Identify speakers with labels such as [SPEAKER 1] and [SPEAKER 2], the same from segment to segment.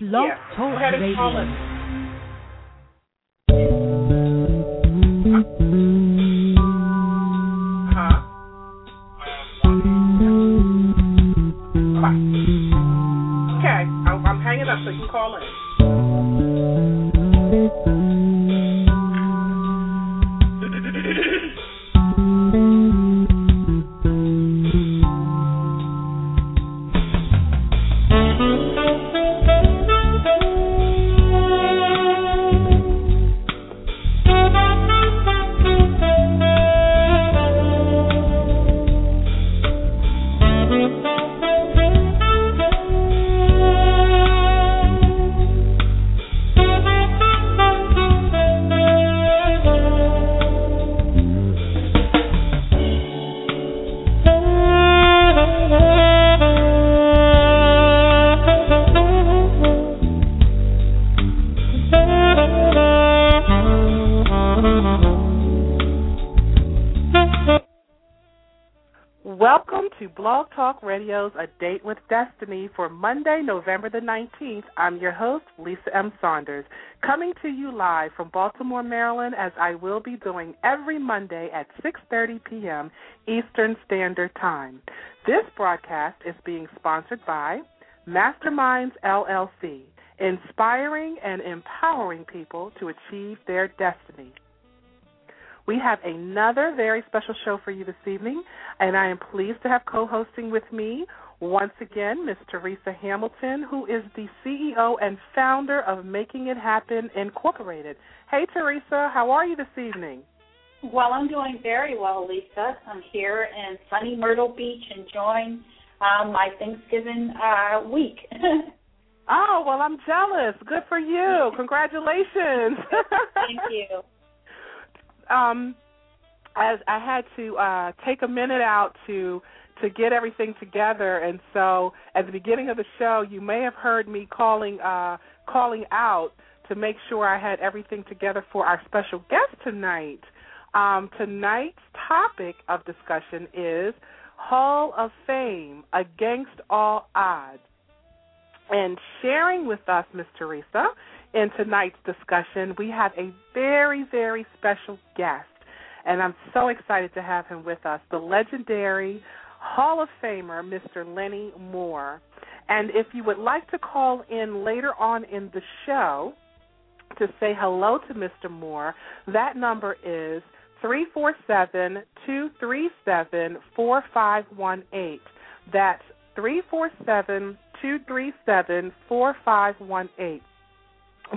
[SPEAKER 1] Blog
[SPEAKER 2] Yeah.
[SPEAKER 1] Talk
[SPEAKER 2] Go ahead and call
[SPEAKER 1] Radio.
[SPEAKER 2] us. Uh-huh. Bye. Okay, I'm, I'm hanging up, so you call in. Welcome to Blog Talk Radio's A Date with Destiny for Monday, November the 19th. I'm your host, Lisa M. Saunders, coming to you live from Baltimore, Maryland, as I will be doing every Monday at 6:30 p.m. Eastern Standard Time. This broadcast is being sponsored by Masterminds LLC, inspiring and empowering people to achieve their destiny. We have another very special show for you this evening, and I am pleased to have co hosting with me once again Ms. Teresa Hamilton, who is the CEO and founder of Making It Happen Incorporated. Hey, Teresa, how are you this evening?
[SPEAKER 3] Well, I'm doing very well, Lisa. I'm here in sunny Myrtle Beach enjoying um, my Thanksgiving uh, week.
[SPEAKER 1] Oh, well, I'm jealous. Good for you. Congratulations.
[SPEAKER 3] Thank you.
[SPEAKER 1] um as I had to uh take a minute out to to get everything together and so at the beginning of the show you may have heard me calling uh calling out to make sure I had everything together for our special guest tonight. Um tonight's topic of discussion is Hall of Fame against all odds. And sharing with us Miss Teresa in tonight's discussion, we have a very, very special guest. And I'm so excited to have him with us the legendary Hall of Famer, Mr. Lenny Moore. And if you would like to call in later on in the show to say hello to Mr. Moore, that number is 347 237 4518. That's 347 237 4518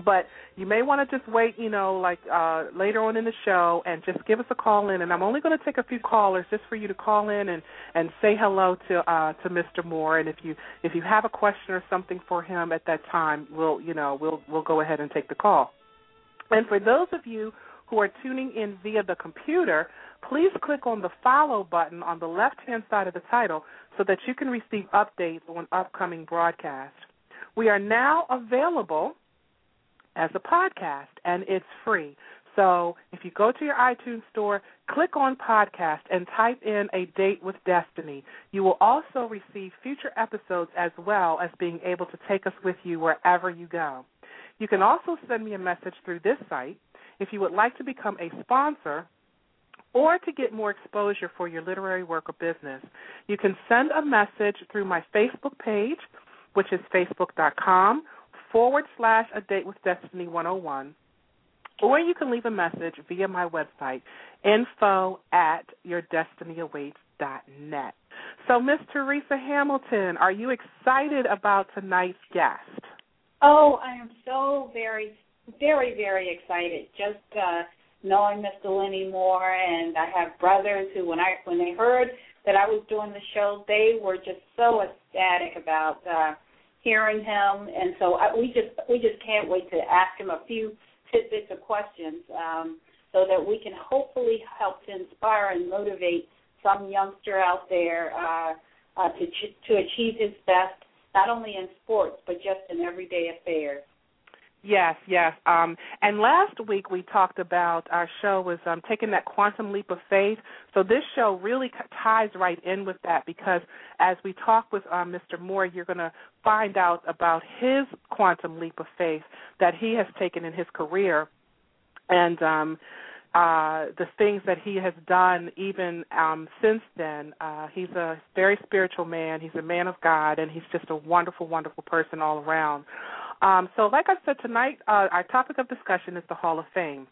[SPEAKER 1] but you may want to just wait, you know, like uh, later on in the show and just give us a call in. And I'm only going to take a few callers just for you to call in and, and say hello to uh, to Mr. Moore. And if you if you have a question or something for him at that time, we'll you know we'll we'll go ahead and take the call. And for those of you who are tuning in via the computer, please click on the follow button on the left hand side of the title so that you can receive updates on upcoming broadcasts. We are now available as a podcast, and it's free. So if you go to your iTunes store, click on podcast, and type in A Date with Destiny. You will also receive future episodes as well as being able to take us with you wherever you go. You can also send me a message through this site if you would like to become a sponsor or to get more exposure for your literary work or business. You can send a message through my Facebook page, which is facebook.com forward slash a date with destiny 101 or you can leave a message via my website info at yourdestinyawaits.net so miss teresa hamilton are you excited about tonight's guest
[SPEAKER 3] Oh, I am so very, very, very excited. Just uh, knowing Mr. Lenny Moore, and I have brothers who, when I when they heard that I was doing the show, they were just so ecstatic about uh, hearing him, and so I, we just we just can't wait to ask him a few tidbits of questions, um, so that we can hopefully help to inspire and motivate some youngster out there uh, uh, to ch- to achieve his best not only in sports but just in everyday affairs.
[SPEAKER 1] Yes, yes. Um, and last week we talked about our show was um, taking that quantum leap of faith. So this show really c- ties right in with that because as we talk with um, Mr. Moore, you're going to find out about his quantum leap of faith that he has taken in his career and um uh the things that he has done even um since then uh he's a very spiritual man he's a man of god and he's just a wonderful wonderful person all around um so like i said tonight uh, our topic of discussion is the hall of fame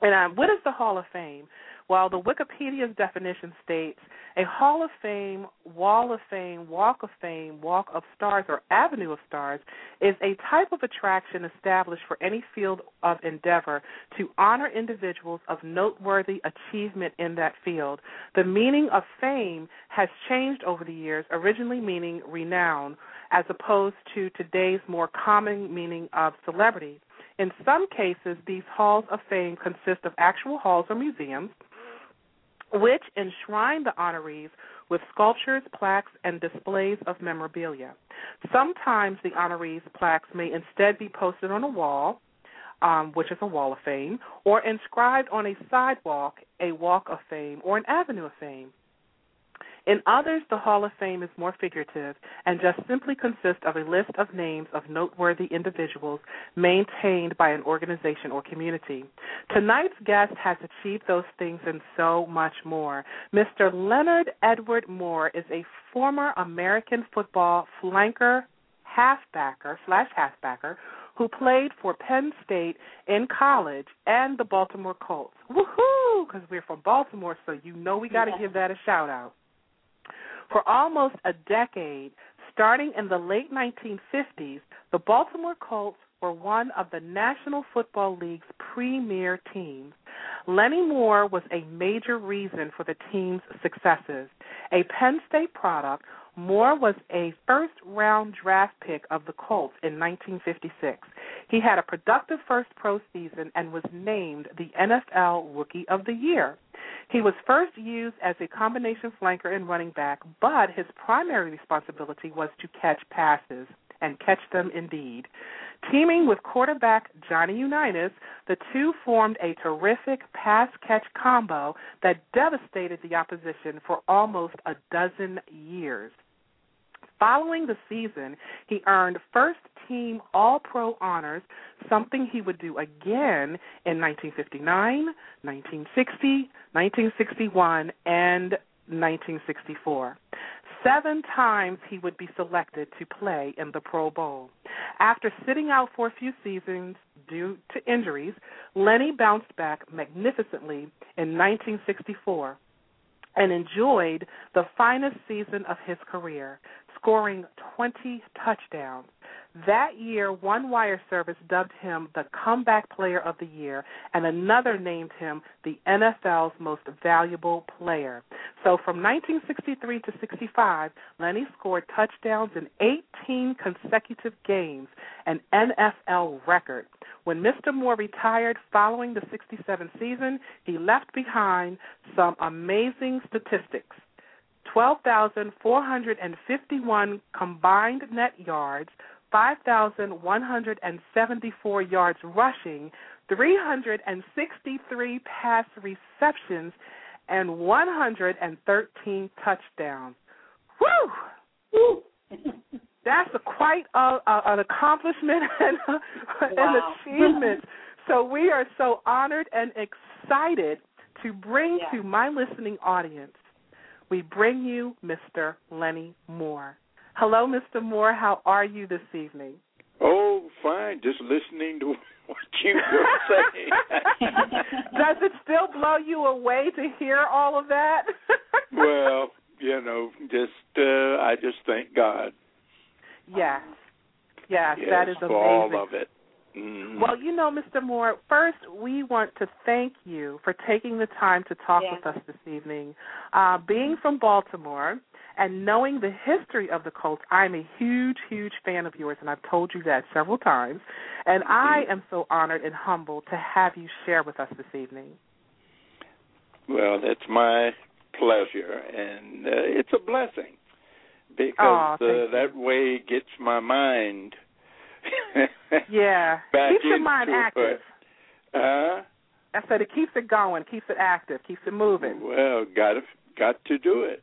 [SPEAKER 1] and um, what is the Hall of Fame? Well, the Wikipedia's definition states a Hall of Fame, Wall of Fame, Walk of Fame, Walk of Stars, or Avenue of Stars is a type of attraction established for any field of endeavor to honor individuals of noteworthy achievement in that field. The meaning of fame has changed over the years, originally meaning renown, as opposed to today's more common meaning of celebrity. In some cases, these halls of fame consist of actual halls or museums, which enshrine the honorees with sculptures, plaques, and displays of memorabilia. Sometimes the honorees' plaques may instead be posted on a wall, um, which is a wall of fame, or inscribed on a sidewalk, a walk of fame, or an avenue of fame. In others, the Hall of Fame is more figurative and just simply consists of a list of names of noteworthy individuals maintained by an organization or community. Tonight's guest has achieved those things and so much more. Mr. Leonard Edward Moore is a former American football flanker, halfbacker, flash halfbacker, who played for Penn State in college and the Baltimore Colts. Woohoo! Because we're from Baltimore, so you know we got to give that a shout out. For almost a decade, starting in the late 1950s, the Baltimore Colts were one of the National Football League's premier teams. Lenny Moore was a major reason for the team's successes. A Penn State product, Moore was a first round draft pick of the Colts in 1956. He had a productive first pro season and was named the NFL Rookie of the Year. He was first used as a combination flanker and running back, but his primary responsibility was to catch passes, and catch them indeed. Teaming with quarterback Johnny Unitas, the two formed a terrific pass catch combo that devastated the opposition for almost a dozen years. Following the season, he earned first team All Pro honors, something he would do again in 1959, 1960, 1961, and 1964. Seven times he would be selected to play in the Pro Bowl. After sitting out for a few seasons due to injuries, Lenny bounced back magnificently in 1964 and enjoyed the finest season of his career, scoring 20 touchdowns. That year, one wire service dubbed him the Comeback Player of the Year, and another named him the NFL's Most Valuable Player. So from 1963 to 65, Lenny scored touchdowns in 18 consecutive games, an NFL record. When Mr. Moore retired following the 67 season, he left behind some amazing statistics. 12,451 combined net yards, 5,174 yards rushing, 363 pass receptions, and 113 touchdowns. Woo! That's a, quite a, a, an accomplishment and a, wow. an achievement. so we are so honored and excited to bring yeah. to my listening audience, we bring you Mr. Lenny Moore. Hello, Mr. Moore. How are you this evening?
[SPEAKER 4] Oh, fine. Just listening to what you were saying.
[SPEAKER 1] Does it still blow you away to hear all of that?
[SPEAKER 4] well, you know, just uh I just thank God.
[SPEAKER 1] Yes. Yes,
[SPEAKER 4] yes
[SPEAKER 1] that is
[SPEAKER 4] for
[SPEAKER 1] amazing.
[SPEAKER 4] all of it. Mm.
[SPEAKER 1] Well, you know, Mr. Moore, first we want to thank you for taking the time to talk
[SPEAKER 3] yeah.
[SPEAKER 1] with us this evening. Uh, being from Baltimore and knowing the history of the Colts, I'm a huge, huge fan of yours, and I've told you that several times. And
[SPEAKER 4] Mm-hmm.
[SPEAKER 1] I am so honored and humbled to have you share with us this evening.
[SPEAKER 4] Well, that's my pleasure, and uh, it's a blessing
[SPEAKER 1] Aw,
[SPEAKER 4] because
[SPEAKER 1] thank you.
[SPEAKER 4] uh, that way it gets my mind.
[SPEAKER 1] Yeah.
[SPEAKER 4] Back
[SPEAKER 1] Keeps your mind
[SPEAKER 4] into it.
[SPEAKER 1] active.
[SPEAKER 4] Huh?
[SPEAKER 1] I said it keeps it going, keeps it active, keeps it moving.
[SPEAKER 4] Well, got to, got to do it.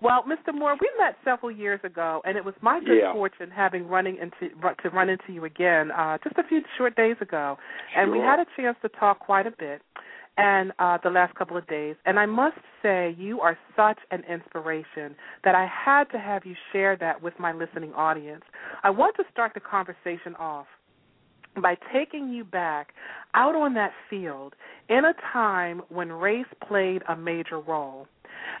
[SPEAKER 1] Well, Mr. Moore, we met several years ago, and it was my good
[SPEAKER 4] Yeah.
[SPEAKER 1] fortune having running into run- to run into you again uh, just a few short days ago, and we
[SPEAKER 4] Sure.
[SPEAKER 1] had a chance to talk quite a bit, and uh, the last couple of days. And I must say, you are such an inspiration that I had to have you share that with my listening audience. I want to start the conversation off by taking you back out on that field in a time when race played a major role.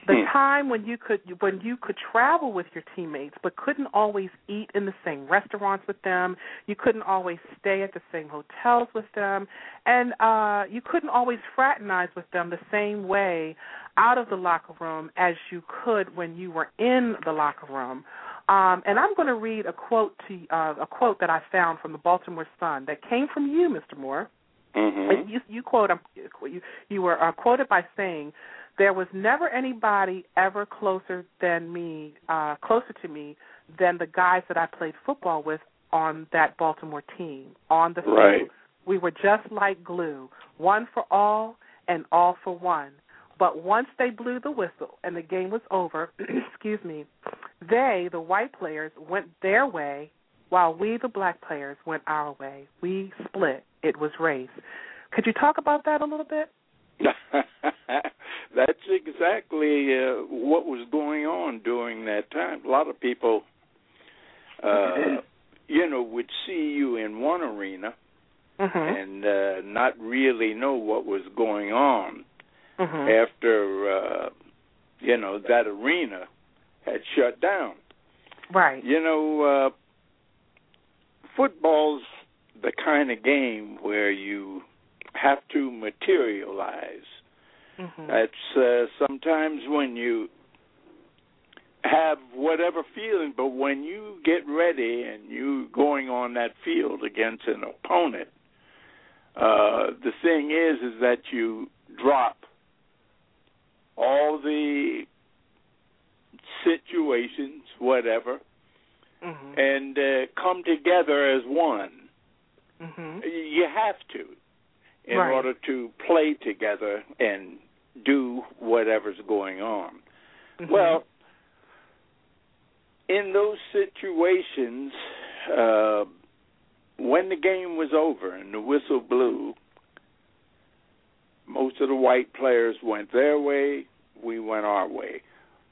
[SPEAKER 1] The
[SPEAKER 4] Hmm.
[SPEAKER 1] time when you could when you could travel with your teammates but couldn't always eat in the same restaurants with them, you couldn't always stay at the same hotels with them, and uh you couldn't always fraternize with them the same way out of the locker room as you could when you were in the locker room. Um, and I'm going to read a quote to uh, a quote that I found from the Baltimore Sun that came from you, Mr. Moore.
[SPEAKER 4] Mhm.
[SPEAKER 1] You, you quote um, you, you were uh, quoted by saying, "There was never anybody ever closer than me, uh, closer to me than the guys that I played football with on that Baltimore team on the field.
[SPEAKER 4] Right.
[SPEAKER 1] We were just like glue, one for all and all for one. But once they blew the whistle and the game was over, excuse me, they, the white players, went their way while we, the black players, went our way. We split. It was race. Could you talk about that a little bit?
[SPEAKER 4] That's exactly uh, what was going on during that time. A lot of people, uh, you know, would see you in one arena
[SPEAKER 1] Mm-hmm.
[SPEAKER 4] and uh, not really know what was going on
[SPEAKER 1] Mm-hmm.
[SPEAKER 4] after, uh, you know, that arena had shut down.
[SPEAKER 1] Right.
[SPEAKER 4] You know, uh, football's the kind of game where you have to materialize.
[SPEAKER 1] Mm-hmm.
[SPEAKER 4] That's uh, sometimes when you have whatever feeling, but when you get ready and you going on that field against an opponent, uh, the thing is, is that you drop all the situations, whatever,
[SPEAKER 1] Mm-hmm.
[SPEAKER 4] and uh, come together as one.
[SPEAKER 1] Mm-hmm.
[SPEAKER 4] You have to in
[SPEAKER 1] Right.
[SPEAKER 4] order to play together and do whatever's going on. Well, in those situations, uh, when the game was over and the whistle blew, most of the white players went their way, we went our way.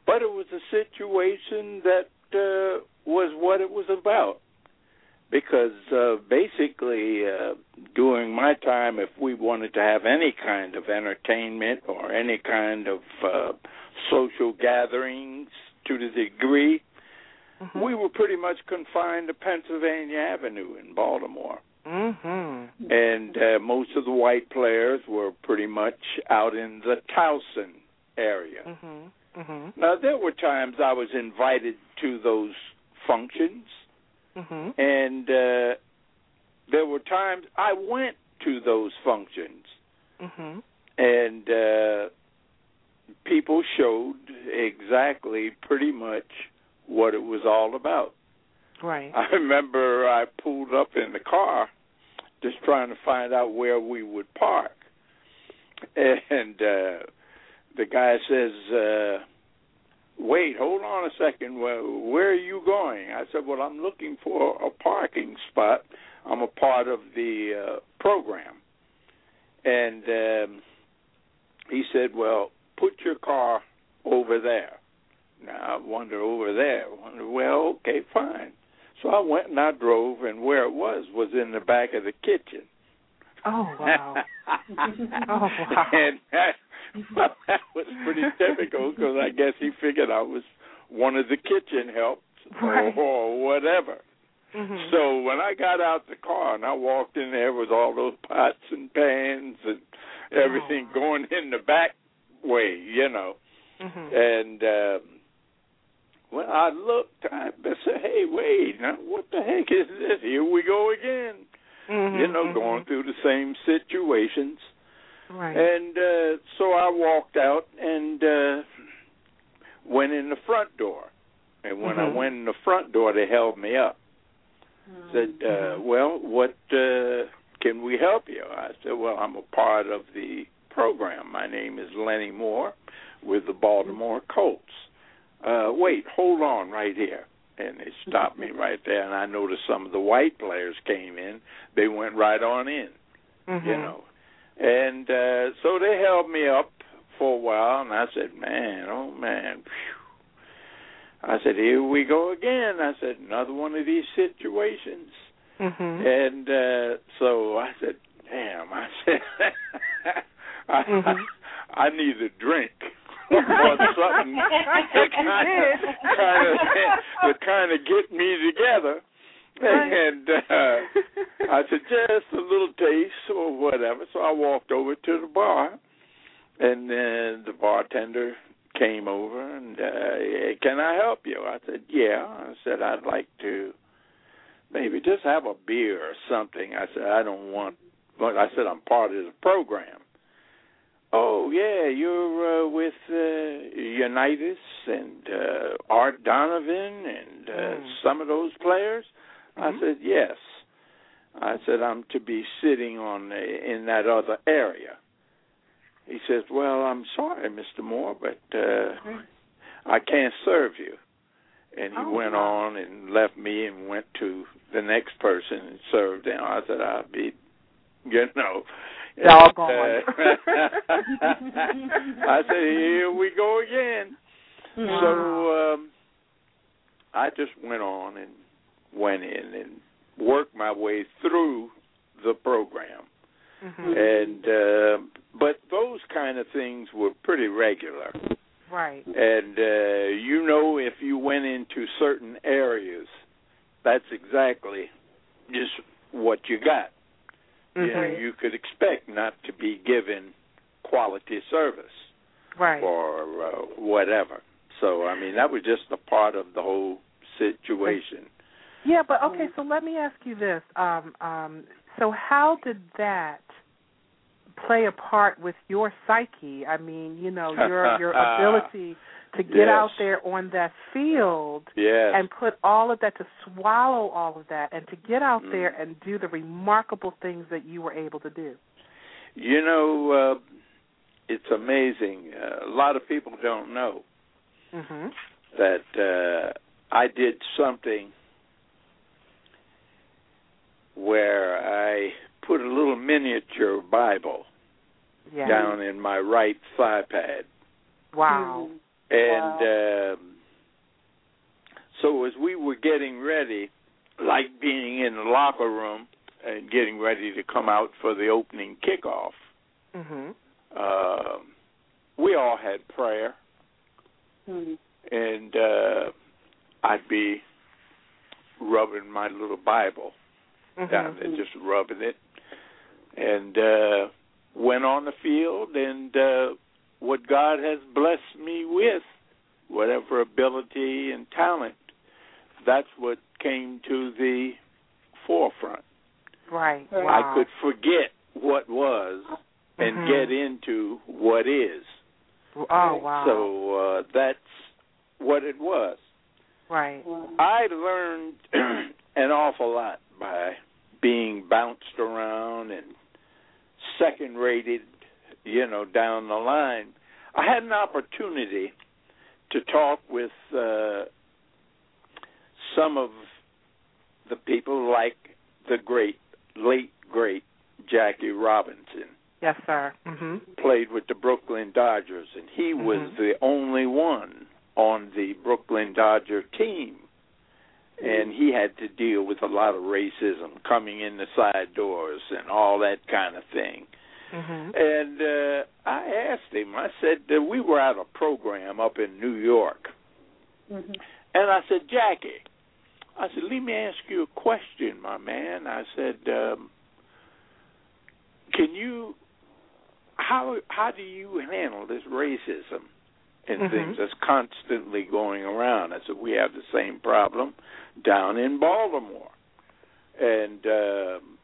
[SPEAKER 4] But it was a situation that uh, was what it was about. Because uh, basically, uh, during my time, if we wanted to have any kind of entertainment or any kind of uh, social gatherings to the degree,
[SPEAKER 1] mm-hmm.
[SPEAKER 4] we were pretty much confined to Pennsylvania Avenue in Baltimore.
[SPEAKER 1] Mm-hmm.
[SPEAKER 4] And uh, most of the white players were pretty much out in the Towson area.
[SPEAKER 1] Mm-hmm. Mm-hmm.
[SPEAKER 4] Now, there were times I was invited to those functions,
[SPEAKER 1] Mm-hmm.
[SPEAKER 4] and uh, there were times I went to those functions,
[SPEAKER 1] Mm-hmm.
[SPEAKER 4] and uh, people showed exactly pretty much what it was all about.
[SPEAKER 1] Right.
[SPEAKER 4] I remember I pulled up in the car just trying to find out where we would park. And uh the guy says, uh, wait, hold on a second. Where, where are you going? I said, well, I'm looking for a parking spot. I'm a part of the uh, program. And um, he said, well, put your car over there. Now, I wonder over there. I wonder, well, okay, fine. So I went and I drove, and where it was was in the back of the kitchen.
[SPEAKER 1] Oh wow. Oh, wow.
[SPEAKER 4] And that, well, that was pretty difficult because I guess he figured I was one of the kitchen helps
[SPEAKER 1] Right.
[SPEAKER 4] or, or whatever.
[SPEAKER 1] mm-hmm.
[SPEAKER 4] So when I got out the car and I walked in there with all those pots and pans and everything
[SPEAKER 1] Oh.
[SPEAKER 4] going in the back way, you know.
[SPEAKER 1] mm-hmm.
[SPEAKER 4] And um, when I looked, I said, "Hey, wait! Now, what the heck is this? Here we go again!
[SPEAKER 1] mm-hmm.
[SPEAKER 4] You know, going through the same situations."
[SPEAKER 1] Right.
[SPEAKER 4] And uh, so I walked out and uh, went in the front door. And when
[SPEAKER 1] Mhm.
[SPEAKER 4] I went in the front door, they held me up. Said, uh,
[SPEAKER 1] Mhm.
[SPEAKER 4] "Well, what uh, can we help you?" I said, "Well, I'm a part of the program. My name is Lenny Moore with the Baltimore Colts. uh, wait, hold on right here. And they stopped me right there, and I noticed some of the white players came in. They went right on in,
[SPEAKER 1] Mm-hmm.
[SPEAKER 2] Mhm.
[SPEAKER 4] you know. And uh, so they held me up for a while, and I said, man, oh, man. Phew. I said, here we go again. I said, another one of these situations.
[SPEAKER 1] Mm-hmm.
[SPEAKER 2] Mhm.
[SPEAKER 4] And uh, so I said, damn. I said, I,
[SPEAKER 2] Mhm.
[SPEAKER 4] I need a drink or something to kind of, kind of to kind of get me together.
[SPEAKER 2] Right.
[SPEAKER 4] And uh, I said just a little taste or whatever. So I walked over to the bar, and then the bartender came over and uh, "Hey, can I help you? I said yeah. I said I'd like to maybe just have a beer or something. I said I don't want, but I said I'm part of the program. Oh yeah, you're uh, with uh, Unitas and uh, Art Donovan and uh,
[SPEAKER 2] Mm.
[SPEAKER 4] some of those players.
[SPEAKER 2] Mhm.
[SPEAKER 1] Mm-hmm.
[SPEAKER 4] I said yes. I said I'm to be sitting on the, in that other area. He says, "Well, I'm sorry, Mr. Moore, but uh, I can't serve you." And he
[SPEAKER 2] Mm-hmm. Oh,
[SPEAKER 4] went
[SPEAKER 2] wow.
[SPEAKER 4] on and left me and went to the next person and served them. I said, "I'll be, you know." and,
[SPEAKER 2] Doggone.
[SPEAKER 4] uh, I said, "Here we go again."
[SPEAKER 3] Mm-hmm.
[SPEAKER 4] So um, I just went on and went in and worked my way through the program.
[SPEAKER 1] Mm-hmm.
[SPEAKER 2] Mhm.
[SPEAKER 4] And uh, but those kind of things were pretty regular.
[SPEAKER 2] Right.
[SPEAKER 4] And uh, you know, if you went into certain areas, that's exactly just what you got.
[SPEAKER 1] Mm-hmm.
[SPEAKER 4] You, know,
[SPEAKER 2] Mhm.
[SPEAKER 4] you could expect not to be given quality service
[SPEAKER 2] Right.
[SPEAKER 4] or uh, whatever. So I mean, that was just a part of the whole situation.
[SPEAKER 2] Yeah, but okay,
[SPEAKER 4] Mm.
[SPEAKER 2] so let me ask you this. Um, um, so how did that play a part with your psyche? I mean, you know, your your ability to get
[SPEAKER 4] Yes.
[SPEAKER 2] out there on that field
[SPEAKER 4] Yes,
[SPEAKER 2] and put all of that to swallow all of that and to get out
[SPEAKER 4] Mm.
[SPEAKER 2] there and do the remarkable things that you were able to do.
[SPEAKER 4] you know, uh, it's amazing. Uh, a lot of people don't know
[SPEAKER 2] Mhm.
[SPEAKER 4] that uh, I did something where I put a little miniature Bible
[SPEAKER 2] Yeah.
[SPEAKER 4] down in my right thigh pad.
[SPEAKER 2] Wow.
[SPEAKER 4] And um, so as we were getting ready, like being in the locker room and getting ready to come out for the opening kickoff, Mm.
[SPEAKER 2] Mhm.
[SPEAKER 4] um, we all had prayer,
[SPEAKER 3] Mhm.
[SPEAKER 4] and uh, I'd be rubbing my little Bible down
[SPEAKER 2] Mhm.
[SPEAKER 4] there, just rubbing it, and uh, went on the field. And uh, what God has blessed me with, whatever ability and talent, that's what came to the forefront.
[SPEAKER 2] Right.
[SPEAKER 3] I
[SPEAKER 4] I
[SPEAKER 2] Wow.
[SPEAKER 4] could forget what was and
[SPEAKER 2] Mhm.
[SPEAKER 4] get into what is.
[SPEAKER 2] Oh, wow.
[SPEAKER 4] So uh, that's what it was.
[SPEAKER 2] right.
[SPEAKER 3] Wow.
[SPEAKER 4] I learned an awful lot by being bounced around and second rated, you know, down the line. I had an opportunity to talk with uh, some of the people like the great, late great Jackie Robinson
[SPEAKER 2] Yes, sir. Mhm.
[SPEAKER 4] played with the Brooklyn Dodgers, and he was
[SPEAKER 2] Mhm.
[SPEAKER 4] the only one on the Brooklyn Dodger team. And he had to deal with a lot of racism coming in the side doors and all that kind of thing.
[SPEAKER 2] Mhm.
[SPEAKER 4] And uh, I asked him, I said, that we were at a program up in New York.
[SPEAKER 3] Mhm.
[SPEAKER 4] And I said, Jackie, I said, let me ask you a question, my man. I said, um, can you, how how do you handle this racism and
[SPEAKER 2] Mhm.
[SPEAKER 4] things that's constantly going around? I said, we have the same problem down in Baltimore, and um,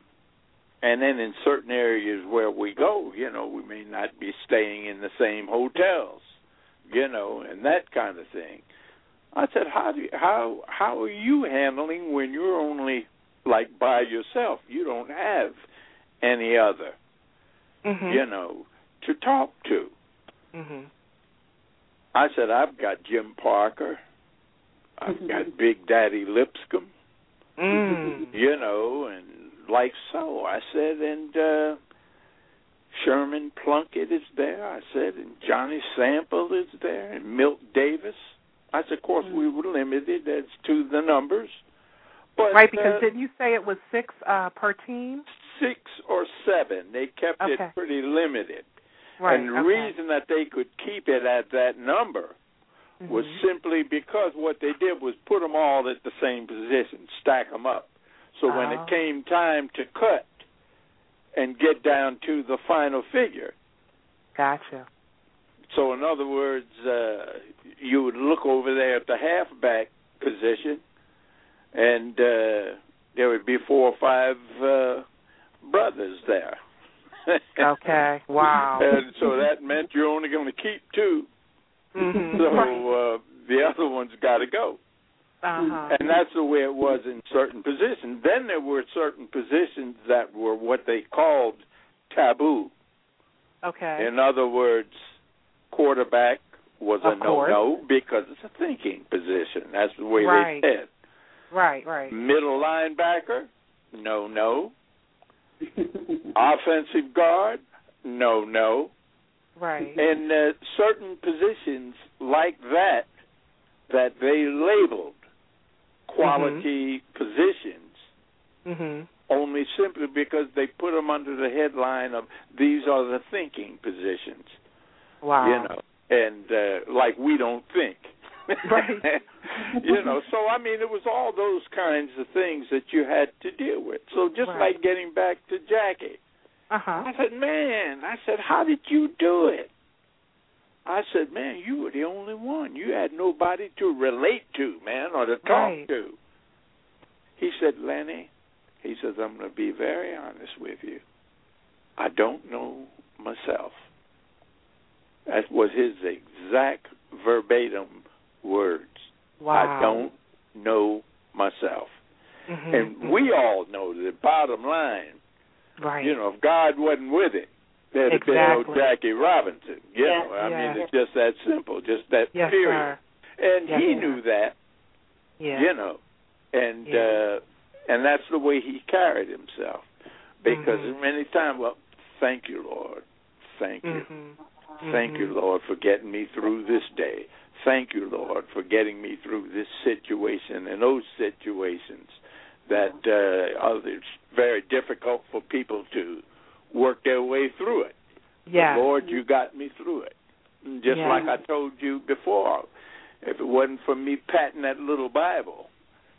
[SPEAKER 4] and then in certain areas where we go, you know, we may not be staying in the same hotels, you know, and that kind of thing. I said, "How do you, how how are you handling when you're only like by yourself? You don't have any other,
[SPEAKER 2] Mhm.
[SPEAKER 4] you know, to talk to."
[SPEAKER 2] Mhm.
[SPEAKER 4] I said, I've got Jim Parker. I've
[SPEAKER 2] Mm-hmm.
[SPEAKER 4] got Big Daddy Lipscomb.
[SPEAKER 2] Mm-hmm.
[SPEAKER 1] Mm.
[SPEAKER 4] You know, and like so. I said, and uh Sherman Plunkett is there. I said, and Johnny Sample is there, and Milt Davis. I said, of course,
[SPEAKER 2] Mm-hmm.
[SPEAKER 4] we were limited as to the numbers. But,
[SPEAKER 2] right, because
[SPEAKER 4] uh,
[SPEAKER 2] didn't you say it was six uh, per team?
[SPEAKER 4] six or seven, they kept
[SPEAKER 2] Okay.
[SPEAKER 4] it pretty limited.
[SPEAKER 2] Right.
[SPEAKER 4] and the
[SPEAKER 2] okay.
[SPEAKER 4] reason that they could keep it at that number was
[SPEAKER 2] Mhm.
[SPEAKER 4] simply because what they did was put them all at the same position, stack them up. So when
[SPEAKER 2] Oh.
[SPEAKER 4] it came time to cut and get down to the final figure,
[SPEAKER 2] Gotcha.
[SPEAKER 4] so in other words, uh, you would look over there at the halfback position, and uh, there would be four or five uh, brothers there.
[SPEAKER 2] Okay. Wow.
[SPEAKER 4] And so that meant you're only going to keep two, so
[SPEAKER 2] Mhm.
[SPEAKER 4] uh, the other one's got to go.
[SPEAKER 2] Uh-huh.
[SPEAKER 4] And that's the way it was in certain positions. Then there were certain positions that were what they called taboo.
[SPEAKER 2] okay.
[SPEAKER 4] In other words, quarterback was
[SPEAKER 2] Of
[SPEAKER 4] a
[SPEAKER 2] course.
[SPEAKER 4] no-no because it's a thinking position. That's the way
[SPEAKER 2] Right.
[SPEAKER 4] they said.
[SPEAKER 2] right. Right.
[SPEAKER 4] Middle linebacker, no-no. uh, Offensive guard, no-no.
[SPEAKER 2] Right.
[SPEAKER 4] And uh, certain positions like that that they labeled quality
[SPEAKER 2] Mm-hmm.
[SPEAKER 4] positions
[SPEAKER 2] mhm.
[SPEAKER 4] only simply because they put them under the headline of these are the thinking positions.
[SPEAKER 2] Wow.
[SPEAKER 4] you know, and uh, like we don't think.
[SPEAKER 2] Right.
[SPEAKER 4] you know, so I mean, it was all those kinds of things that you had to deal with. So just
[SPEAKER 2] Right.
[SPEAKER 4] like getting back to Jackie, I
[SPEAKER 2] Uh-huh.
[SPEAKER 4] said, man, I said, how did you do it? I said, man, you were the only one. You had nobody to relate to, man, or to talk
[SPEAKER 2] Right.
[SPEAKER 4] to. He said, Lenny, he says, I'm going to be very honest with you. I don't know myself. That was his exact verbatim words.
[SPEAKER 2] Wow.
[SPEAKER 4] I don't know myself.
[SPEAKER 2] Mhm.
[SPEAKER 4] And we all know the bottom line
[SPEAKER 2] Right.
[SPEAKER 4] you know, if God wasn't with it, there'd have been no
[SPEAKER 2] Exactly.
[SPEAKER 4] Jackie Robinson. You
[SPEAKER 3] Yeah.
[SPEAKER 4] know, I
[SPEAKER 2] Yeah.
[SPEAKER 4] mean, it's just that simple, just that
[SPEAKER 2] yes, sir.
[SPEAKER 4] period. And
[SPEAKER 2] Yes,
[SPEAKER 4] he
[SPEAKER 2] sir.
[SPEAKER 4] knew that,
[SPEAKER 2] Yeah.
[SPEAKER 4] you know, and
[SPEAKER 2] Yeah.
[SPEAKER 4] uh and that's the way he carried himself. Because
[SPEAKER 2] Mhm.
[SPEAKER 4] many times, well, thank you, Lord, thank you,
[SPEAKER 2] Mhm.
[SPEAKER 4] thank
[SPEAKER 2] Mhm.
[SPEAKER 4] you, Lord, for getting me through this day. Thank you, Lord, for getting me through this situation and those situations that uh, are it's very difficult for people to work their way through it.
[SPEAKER 2] Yeah.
[SPEAKER 4] Lord, you got me through it. And Just
[SPEAKER 2] Yeah.
[SPEAKER 4] like I told you before, if it wasn't for me patting that little Bible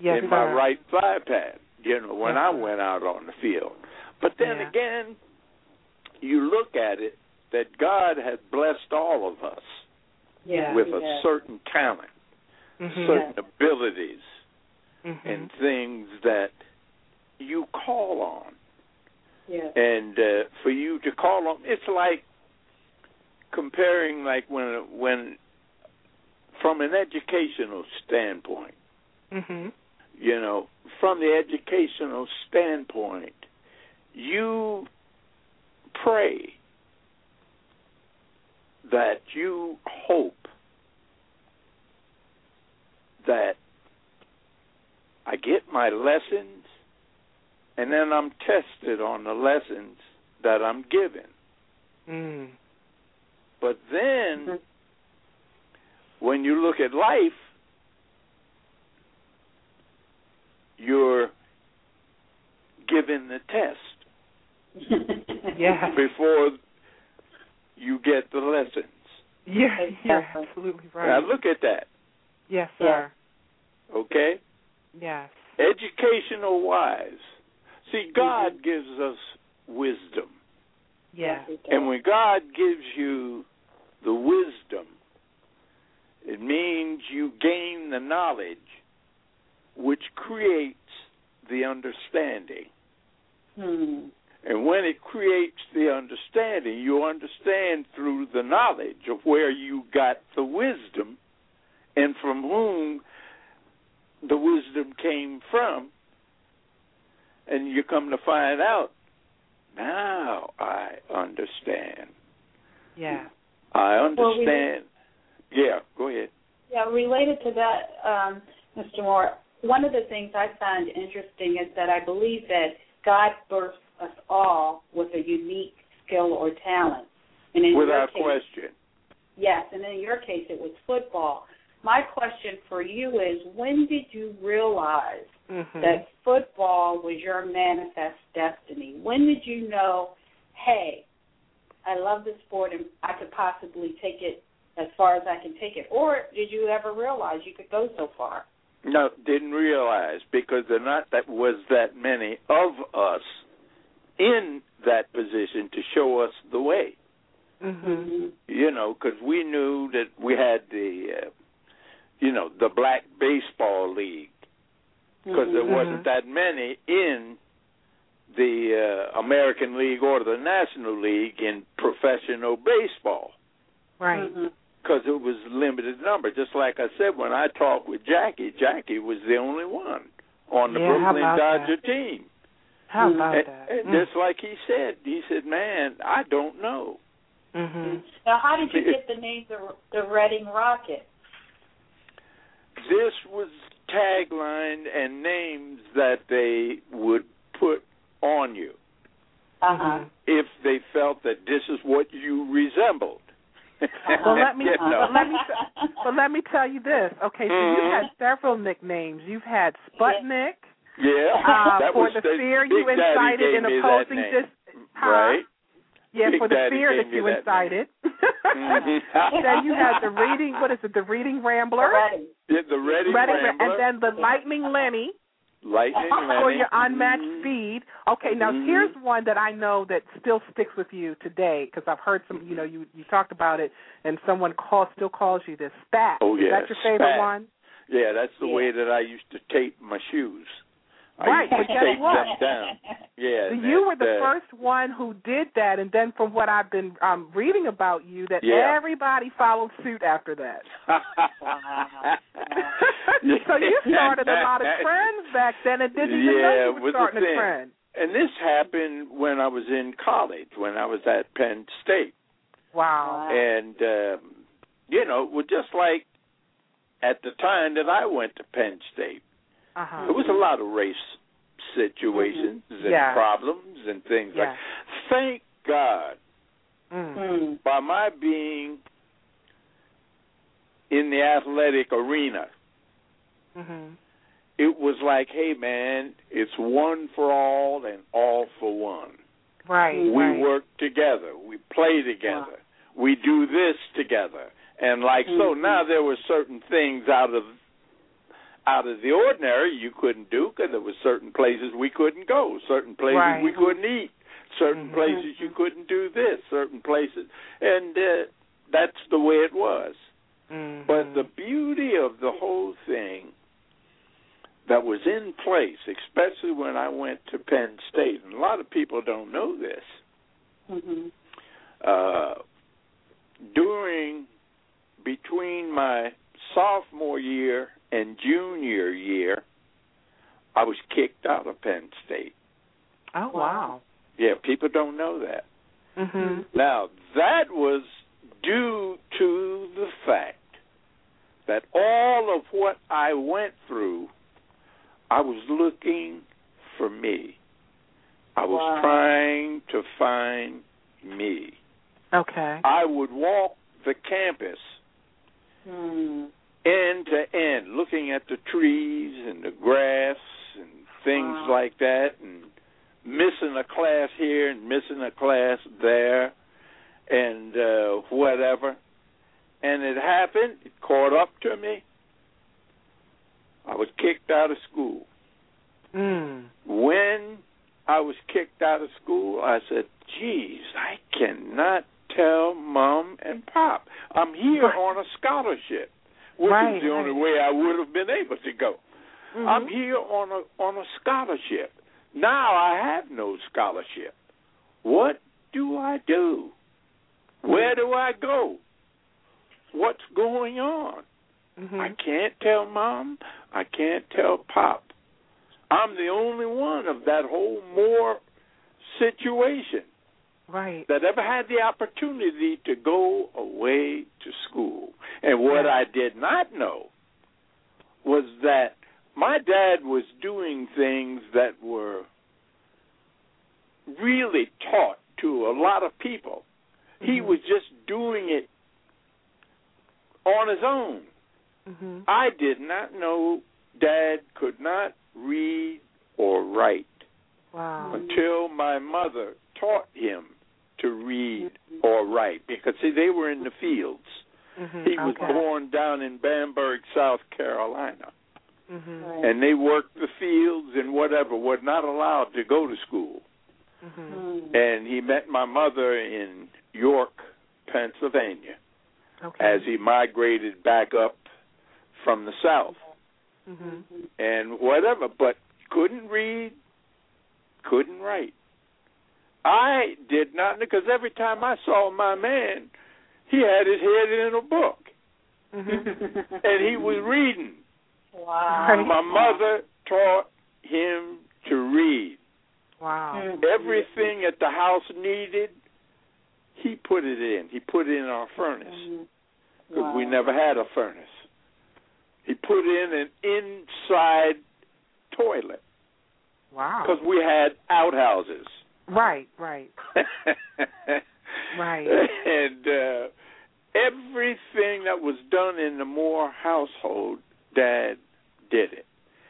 [SPEAKER 2] yes,
[SPEAKER 4] in
[SPEAKER 2] sir.
[SPEAKER 4] my right thigh pad, you know, when
[SPEAKER 2] Yes,
[SPEAKER 4] I
[SPEAKER 2] sir.
[SPEAKER 4] went out on the field. But then
[SPEAKER 2] Yeah.
[SPEAKER 4] again, you look at it that God has blessed all of us
[SPEAKER 3] yeah.
[SPEAKER 4] with
[SPEAKER 3] yeah.
[SPEAKER 4] a certain talent,
[SPEAKER 2] Mhm.
[SPEAKER 4] certain abilities,
[SPEAKER 2] Mhm.
[SPEAKER 4] and things that you call on.
[SPEAKER 3] yeah.
[SPEAKER 4] and uh, for you to call them, it's like comparing like when when from an educational standpoint,
[SPEAKER 2] Mhm.
[SPEAKER 4] you know, from the educational standpoint, you pray that you hope that I get my lessons and then I'm tested on the lessons that I'm given.
[SPEAKER 2] Mm.
[SPEAKER 4] But then, when you look at life, you're given the test
[SPEAKER 2] Yeah.
[SPEAKER 4] before you get the lessons.
[SPEAKER 2] Yeah. You're
[SPEAKER 3] Exactly.
[SPEAKER 2] absolutely
[SPEAKER 4] Now
[SPEAKER 2] right.
[SPEAKER 4] look at that,
[SPEAKER 2] Yes,
[SPEAKER 3] Yeah.
[SPEAKER 2] sir.
[SPEAKER 4] okay?
[SPEAKER 2] Yes.
[SPEAKER 4] Educational wise, see, God gives us wisdom,
[SPEAKER 2] Yeah.
[SPEAKER 4] and when God gives you the wisdom, it means you gain the knowledge, which creates the understanding.
[SPEAKER 3] Hmm.
[SPEAKER 4] And when it creates the understanding, you understand through the knowledge of where you got the wisdom and from whom the wisdom came from. And you come to find out, now I understand.
[SPEAKER 2] Yeah.
[SPEAKER 4] I
[SPEAKER 3] Well, we-
[SPEAKER 4] understand Yeah, go ahead.
[SPEAKER 3] Yeah, related to that, um, Mr. Moore, one of the things I find interesting is that I believe that God births us all with a unique skill or talent. And in your
[SPEAKER 4] Without
[SPEAKER 3] case,
[SPEAKER 4] question.
[SPEAKER 3] Yes, and in your case, it was football. My question for you is when did you realize
[SPEAKER 1] Mm-hmm.
[SPEAKER 3] that football was your manifest destiny? When did you know, hey, I love this sport and I could possibly take it as far as I can take it? Or did you ever realize you could go so far?
[SPEAKER 4] No, didn't realize because there not that was that many of us in that position to show us the way.
[SPEAKER 1] Mm-hmm.
[SPEAKER 4] You know, because we knew that we had the, uh, you know, the black baseball league because there
[SPEAKER 3] Mm-hmm.
[SPEAKER 1] Mhm.
[SPEAKER 4] wasn't that many in the uh, American League or the National League in professional baseball
[SPEAKER 1] Right.
[SPEAKER 3] Mm-hmm.
[SPEAKER 4] because it was limited number. Just like I said, when I talked with Jackie, Jackie was the only one on the
[SPEAKER 1] Yeah, how
[SPEAKER 4] Brooklyn
[SPEAKER 1] about
[SPEAKER 4] Dodger team.
[SPEAKER 1] How
[SPEAKER 3] Mhm.
[SPEAKER 1] about
[SPEAKER 4] And,
[SPEAKER 1] that? Hmm.
[SPEAKER 4] and Mm-hmm. just like he said, he said, "Man, I don't know."
[SPEAKER 1] mm-hmm.
[SPEAKER 3] Now, how did you get the name the, the Reading Rocket?
[SPEAKER 4] This was tagline and names that they would put on you
[SPEAKER 3] Uh
[SPEAKER 1] Mm-hmm. Uh-huh.
[SPEAKER 2] Mm-hmm.
[SPEAKER 4] if they felt that this is what you resembled.
[SPEAKER 1] Well, let me-
[SPEAKER 4] You know.
[SPEAKER 1] let me- But let me tell you this. Okay, so you've
[SPEAKER 4] Mhm.
[SPEAKER 1] had several nicknames. You've had Sputnik
[SPEAKER 4] yeah,
[SPEAKER 1] uh,
[SPEAKER 4] that
[SPEAKER 1] for
[SPEAKER 4] was
[SPEAKER 1] the
[SPEAKER 4] that
[SPEAKER 1] fear you
[SPEAKER 4] Big Daddy
[SPEAKER 1] incited
[SPEAKER 4] gave
[SPEAKER 1] in
[SPEAKER 4] me that
[SPEAKER 1] opposing
[SPEAKER 4] name.
[SPEAKER 1] dis- huh?
[SPEAKER 4] right?
[SPEAKER 1] Yeah,
[SPEAKER 4] Big
[SPEAKER 1] for the
[SPEAKER 4] Daddy
[SPEAKER 1] fear
[SPEAKER 4] gave
[SPEAKER 1] that
[SPEAKER 4] me
[SPEAKER 1] you
[SPEAKER 4] that
[SPEAKER 1] incited.
[SPEAKER 4] Mhm.
[SPEAKER 1] then you had the reading. What is it? The reading rambler.
[SPEAKER 3] Reading.
[SPEAKER 4] Yeah, the Ready
[SPEAKER 1] Reading Ra-
[SPEAKER 4] Rambler,
[SPEAKER 1] and then the lightning Lenny
[SPEAKER 4] Lightning
[SPEAKER 1] for
[SPEAKER 4] Lenny.
[SPEAKER 1] Uh-huh, your unmatched
[SPEAKER 4] Mhm.
[SPEAKER 1] speed. Okay, now
[SPEAKER 4] Mhm.
[SPEAKER 1] here's one that I know that still sticks with you today because I've heard some. You know, you you talked about it, and someone call still calls you this spat.
[SPEAKER 4] Oh,
[SPEAKER 1] is
[SPEAKER 4] yeah,
[SPEAKER 1] that your favorite
[SPEAKER 4] spat.
[SPEAKER 1] one?
[SPEAKER 4] Yeah, that's the
[SPEAKER 3] Yeah.
[SPEAKER 4] way that I used to tape my shoes. I
[SPEAKER 1] Right,
[SPEAKER 4] used to
[SPEAKER 1] but guess
[SPEAKER 4] tape
[SPEAKER 1] what?
[SPEAKER 4] them down. Yeah.
[SPEAKER 1] So
[SPEAKER 4] and
[SPEAKER 1] you
[SPEAKER 4] that,
[SPEAKER 1] were the
[SPEAKER 4] uh,
[SPEAKER 1] first one who did that, and then from what I've been um reading about you, that
[SPEAKER 4] Yeah.
[SPEAKER 1] everybody followed suit after that. so
[SPEAKER 4] Yeah.
[SPEAKER 1] you started a lot of trends back then, and didn't even
[SPEAKER 4] Yeah,
[SPEAKER 1] know you
[SPEAKER 4] it
[SPEAKER 1] were
[SPEAKER 4] was a
[SPEAKER 1] starting
[SPEAKER 4] thing.
[SPEAKER 1] a trend.
[SPEAKER 4] And this happened when I was in college, when I was at Penn State.
[SPEAKER 1] Wow.
[SPEAKER 4] And, um, you know, it was just like at the time that I went to Penn State.
[SPEAKER 1] Uh
[SPEAKER 4] It
[SPEAKER 1] huh.
[SPEAKER 4] was a lot of race situations and
[SPEAKER 1] Mm-hmm. Yeah.
[SPEAKER 4] problems and things like
[SPEAKER 1] Yeah.
[SPEAKER 4] Thank God
[SPEAKER 1] Mm.
[SPEAKER 3] Hmm.
[SPEAKER 4] by my being in the athletic arena,
[SPEAKER 1] Mhm.
[SPEAKER 4] it was like, hey man, it's one for all and all for one.
[SPEAKER 1] Right. right.
[SPEAKER 4] We work together, we play together, we do this together. And like so
[SPEAKER 1] Mm-hmm.
[SPEAKER 3] Mhm.
[SPEAKER 4] now there were certain things out of out of the ordinary you couldn't do because there were certain places we couldn't go, certain places
[SPEAKER 1] Right.
[SPEAKER 4] we couldn't eat, certain
[SPEAKER 1] Mhm.
[SPEAKER 4] places you couldn't do this, certain places, and uh, that's the way it was.
[SPEAKER 2] Mm-hmm.
[SPEAKER 1] Mhm.
[SPEAKER 4] But the beauty of the whole thing that was in place, especially when I went to Penn State, and a lot of people don't know this,
[SPEAKER 3] Mhm.
[SPEAKER 4] uh, during between my sophomore year and junior year, I was kicked out of Penn State.
[SPEAKER 1] oh wow.
[SPEAKER 4] Yeah, people don't know that.
[SPEAKER 2] Mm-hmm.
[SPEAKER 1] Mhm.
[SPEAKER 4] Now, that was due to the fact that all of what I went through, I was looking for me. I was
[SPEAKER 3] Wow.
[SPEAKER 4] trying to find me.
[SPEAKER 1] Okay.
[SPEAKER 4] I would walk the campus
[SPEAKER 3] Hmm.
[SPEAKER 4] end to end, looking at the trees and the grass and things
[SPEAKER 3] Wow.
[SPEAKER 4] like that, and missing a class here and missing a class there, and uh, whatever. And it happened. It caught up to me. I was kicked out of school.
[SPEAKER 1] Mm.
[SPEAKER 2] Mm-hmm.
[SPEAKER 4] When I was kicked out of school, I said, "Geez, I cannot tell mom and pop. I'm here
[SPEAKER 1] Right.
[SPEAKER 4] on a scholarship, which
[SPEAKER 1] Right,
[SPEAKER 4] is the only way I would have been able to go. I'm
[SPEAKER 1] Mhm.
[SPEAKER 4] here on a on a scholarship. Now I have no scholarship. What do I do? Where do I go? What's going on?
[SPEAKER 2] Mm-hmm.
[SPEAKER 1] Mhm.
[SPEAKER 4] I can't tell mom. I can't tell pop. I'm the only one of that whole Moore situation.
[SPEAKER 2] Right.
[SPEAKER 4] that ever had the opportunity to go away to school. And what I did not know was that my dad was doing things that were really taught to a lot of people. He
[SPEAKER 2] Mhm.
[SPEAKER 1] Mm-hmm.
[SPEAKER 4] was just doing it on his own.
[SPEAKER 2] Mhm.
[SPEAKER 4] I did not know dad could not read or write
[SPEAKER 2] Wow.
[SPEAKER 4] until my mother taught him to read or write because see they were in the fields.
[SPEAKER 2] Mhm.
[SPEAKER 4] Mm-hmm.
[SPEAKER 1] Mm-hmm.
[SPEAKER 4] He was
[SPEAKER 2] okay.
[SPEAKER 4] born down in Bamberg, South Carolina,
[SPEAKER 2] Mhm.
[SPEAKER 3] Right.
[SPEAKER 4] and they worked the fields and whatever. Were not allowed to go to school.
[SPEAKER 2] Mhm.
[SPEAKER 3] Mm.
[SPEAKER 4] And he met my mother in York, Pennsylvania,
[SPEAKER 2] Okay.
[SPEAKER 4] as he migrated back up from the South
[SPEAKER 2] Mhm.
[SPEAKER 4] and whatever, but couldn't read, couldn't write. I did not because every time I saw my man, he had his head in a book
[SPEAKER 2] Mhm.
[SPEAKER 4] and he was reading.
[SPEAKER 3] Mm-hmm. wow.
[SPEAKER 4] My mother taught him to read.
[SPEAKER 2] Wow.
[SPEAKER 3] Mm.
[SPEAKER 4] Everything that the house needed, he put it in. He put it in our furnace
[SPEAKER 3] Mm.
[SPEAKER 4] because we
[SPEAKER 3] Wow.
[SPEAKER 4] never had a furnace. He put in an inside toilet because
[SPEAKER 2] Wow.
[SPEAKER 4] we had outhouses.
[SPEAKER 2] Right. Right. Right.
[SPEAKER 4] And uh, everything that was done in the Moore household, Dad did it.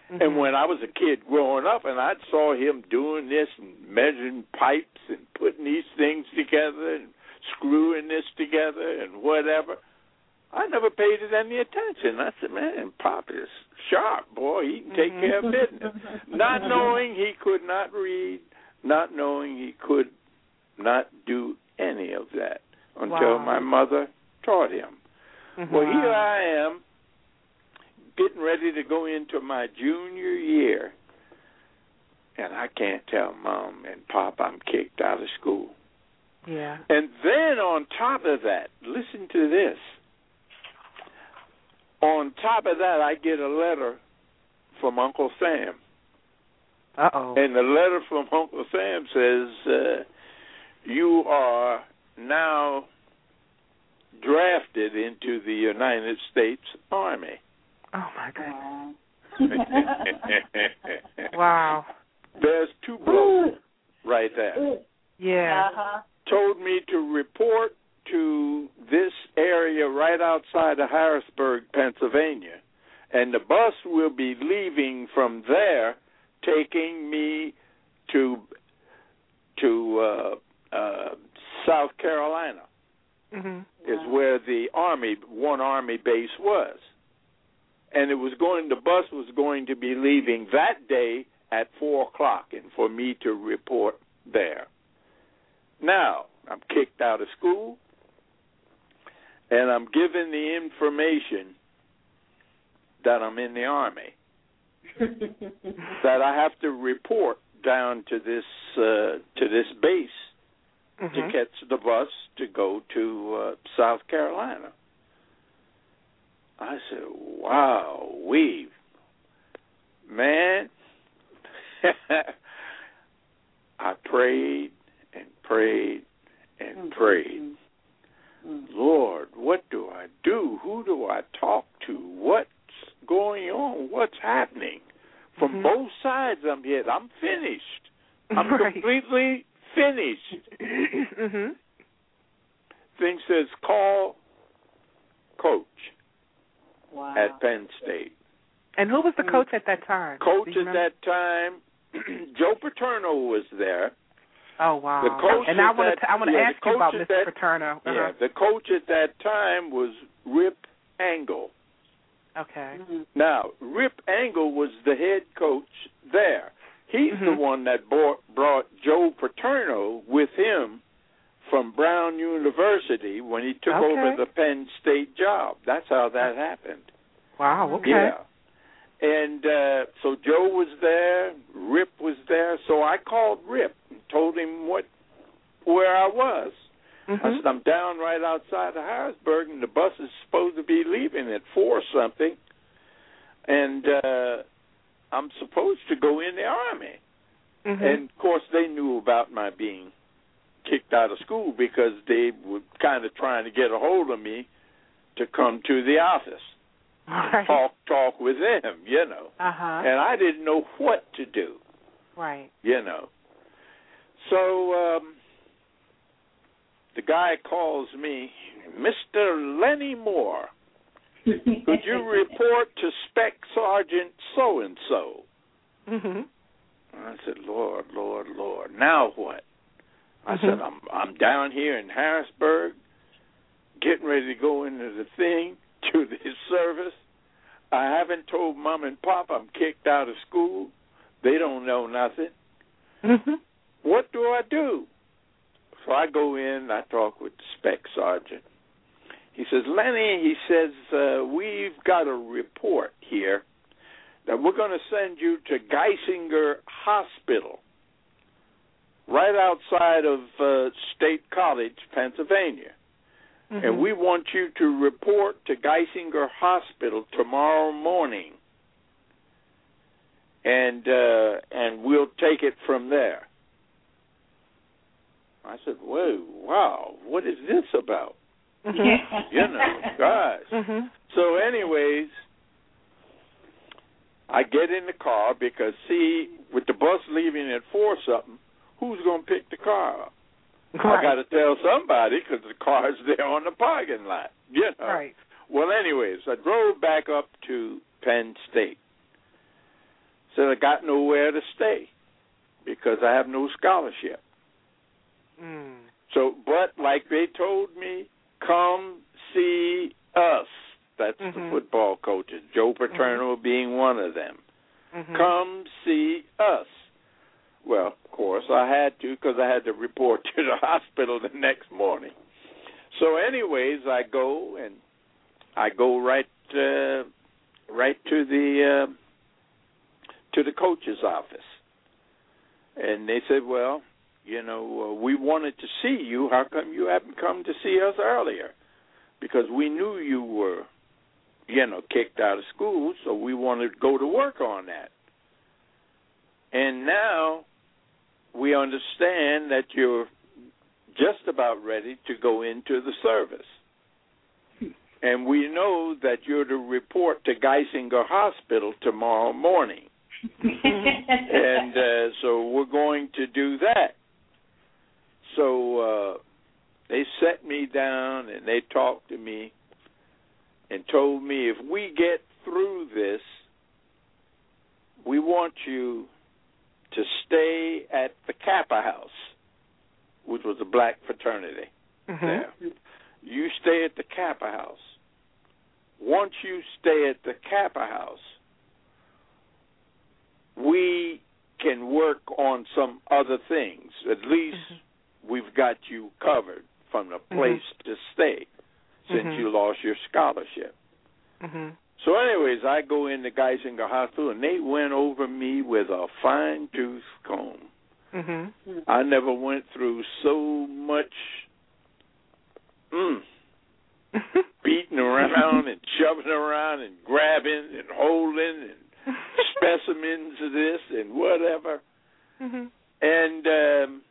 [SPEAKER 4] And
[SPEAKER 2] Mhm.
[SPEAKER 1] Mm-hmm.
[SPEAKER 4] when I was a kid growing up, and I saw him doing this and measuring pipes and putting these things together and screwing this together and whatever, I never paid it any attention. I said, "Man, Pop is sharp, boy. He can take care of business." not knowing he could not read, not knowing he could not do any of that until
[SPEAKER 2] Wow.
[SPEAKER 4] my mother taught him.
[SPEAKER 2] Mhm.
[SPEAKER 4] Well, here I am, getting ready to go into my junior year, and I can't tell mom and pop I'm kicked out of school.
[SPEAKER 2] Yeah.
[SPEAKER 4] And then on top of that, listen to this. On top of that, I get a letter from Uncle Sam.
[SPEAKER 2] Uh oh.
[SPEAKER 4] And the letter from Uncle Sam says, uh, You are now drafted into the United States Army.
[SPEAKER 2] Oh my God.
[SPEAKER 4] Uh-huh.
[SPEAKER 3] Wow.
[SPEAKER 2] Wow.
[SPEAKER 4] There's two blokes right there.
[SPEAKER 2] Yeah.
[SPEAKER 3] Uh-huh.
[SPEAKER 4] Told me to report to this area right outside of Harrisburg, Pennsylvania, and the bus will be leaving from there, taking me to to uh, uh, South Carolina.
[SPEAKER 2] Mhm.
[SPEAKER 4] is
[SPEAKER 3] Wow.
[SPEAKER 4] where the army one army base was and it was going the bus was going to be leaving that day at four o'clock and for me to report there now i'm kicked out of school and i'm given the information that i'm in the army that i have to report down to this uh, to this base to
[SPEAKER 1] Mm-hmm.
[SPEAKER 2] Mhm.
[SPEAKER 4] catch the bus to go to uh, South Carolina. I said, "Wow, we man." I prayed and prayed and prayed. Lord, what do I do? Who do I talk to? What's going on? What's happening? From
[SPEAKER 2] Mhm.
[SPEAKER 4] both sides, I'm hit. I'm finished. I'm
[SPEAKER 2] Right.
[SPEAKER 4] completely finished.
[SPEAKER 2] mhm.
[SPEAKER 4] thing says call coach
[SPEAKER 3] Wow.
[SPEAKER 4] at Penn State.
[SPEAKER 2] And who was the coach at that time?
[SPEAKER 4] Coach
[SPEAKER 2] Do you
[SPEAKER 4] at
[SPEAKER 2] remember?
[SPEAKER 4] Mm-hmm. that time, Joe Paterno was there.
[SPEAKER 2] Oh wow.
[SPEAKER 4] the coach
[SPEAKER 2] and I
[SPEAKER 4] at
[SPEAKER 2] want
[SPEAKER 4] that-
[SPEAKER 2] to I want to
[SPEAKER 4] yeah, the
[SPEAKER 2] ask you about
[SPEAKER 4] coach at
[SPEAKER 2] Mr.
[SPEAKER 4] that-
[SPEAKER 2] Paterno. Uh-huh.
[SPEAKER 4] Yeah, the coach at that time was Rip Angle.
[SPEAKER 2] Okay.
[SPEAKER 3] Mm.
[SPEAKER 4] Now, Rip Angle was the head coach there. He's
[SPEAKER 2] Mhm.
[SPEAKER 4] the one that bought, brought Joe Paterno with him from Brown University when he took
[SPEAKER 2] Okay.
[SPEAKER 4] over the Penn State job. That's how that happened.
[SPEAKER 2] Wow. Okay.
[SPEAKER 4] Yeah. And uh so Joe was there, Rip was there, so I called Rip and told him what where I was.
[SPEAKER 1] Mm-hmm.
[SPEAKER 4] I
[SPEAKER 2] Mhm.
[SPEAKER 4] said, I'm down right outside of Harrisburg and the bus is supposed to be leaving at four something and uh I'm supposed to go in the army.
[SPEAKER 2] Mhm.
[SPEAKER 1] Mm-hmm.
[SPEAKER 4] And of course they knew about my being kicked kicked out of school because they were kind of trying to get a hold of me to come to the office
[SPEAKER 2] Right.
[SPEAKER 4] talk talk with them you know
[SPEAKER 2] Uh huh.
[SPEAKER 4] and i didn't know what to do
[SPEAKER 2] Right.
[SPEAKER 4] you know so um the guy calls me mr lenny moore could you report to spec sergeant so and so
[SPEAKER 2] Mhm.
[SPEAKER 4] I said, Lord, Lord, Lord, now what? I said,
[SPEAKER 2] Mhm.
[SPEAKER 4] I'm I'm down here in Harrisburg, getting ready to go into the thing to the service. I haven't told mom and pop I'm kicked out of school. They don't know nothing.
[SPEAKER 2] Mhm.
[SPEAKER 4] What do I do? So I go in. I talk with the spec sergeant. He says, Lenny, he says, uh, we've got a report here that we're going to send you to Geisinger Hospital, right outside of uh, State College, Pennsylvania.
[SPEAKER 2] Mhm.
[SPEAKER 1] Mm-hmm.
[SPEAKER 4] And we want you to report to Geisinger Hospital tomorrow morning. And uh and we'll take it from there. I said, Whoa, wow, what is this about?
[SPEAKER 2] Mhm.
[SPEAKER 4] You know, gosh.
[SPEAKER 2] Mhm.
[SPEAKER 4] So, anyways, I get in the car because see, with the bus leaving at four something, who's gonna pick the car up? I
[SPEAKER 2] Right.
[SPEAKER 4] got to tell somebody because the car's there on the parking lot. You know.
[SPEAKER 2] Right.
[SPEAKER 4] Well, anyways, I drove back up to Penn State. Said I got nowhere to stay because I have no scholarship.
[SPEAKER 2] Mm.
[SPEAKER 4] So, but like they told me, come see us. That's
[SPEAKER 2] Mhm.
[SPEAKER 4] the football coaches, Joe Paterno being one of them.
[SPEAKER 1] Mm-hmm.
[SPEAKER 2] Mhm.
[SPEAKER 4] Come see us. Well, of course, I had to because I had to report to the hospital the next morning. So, anyways, I go and I go right uh, right to the uh, to the coach's office, and they said, "Well, you know, uh, we wanted to see you. How come you haven't come to see us earlier? Because we knew you were, you know, kicked out of school, so we wanted to go to work on that. And now we understand that you're just about ready to go into the service. And we know that you're to report to Geisinger Hospital tomorrow morning
[SPEAKER 2] Mm-hmm.
[SPEAKER 4] and uh, so we're going to do that. So uh, they set me down and they talked to me and told me if we get through this, we want you to stay at the Kappa House, which was a black fraternity
[SPEAKER 2] Mhm.
[SPEAKER 4] there. You stay at the Kappa House. Once you stay at the Kappa House, we can work on some other things. At least
[SPEAKER 1] Mm-hmm.
[SPEAKER 2] Mhm.
[SPEAKER 4] we've got you covered from the place to stay since
[SPEAKER 2] Mhm.
[SPEAKER 4] you lost your scholarship.
[SPEAKER 2] Mhm.
[SPEAKER 4] So, anyways, I go into Geisinger Hospital and they went over me with a fine tooth comb.
[SPEAKER 2] Mhm.
[SPEAKER 4] I never went through so much. Mm,
[SPEAKER 2] Mm-hmm.
[SPEAKER 4] beating around and shoving around and grabbing and holding and specimens of this and whatever.
[SPEAKER 2] Mhm.
[SPEAKER 4] And um,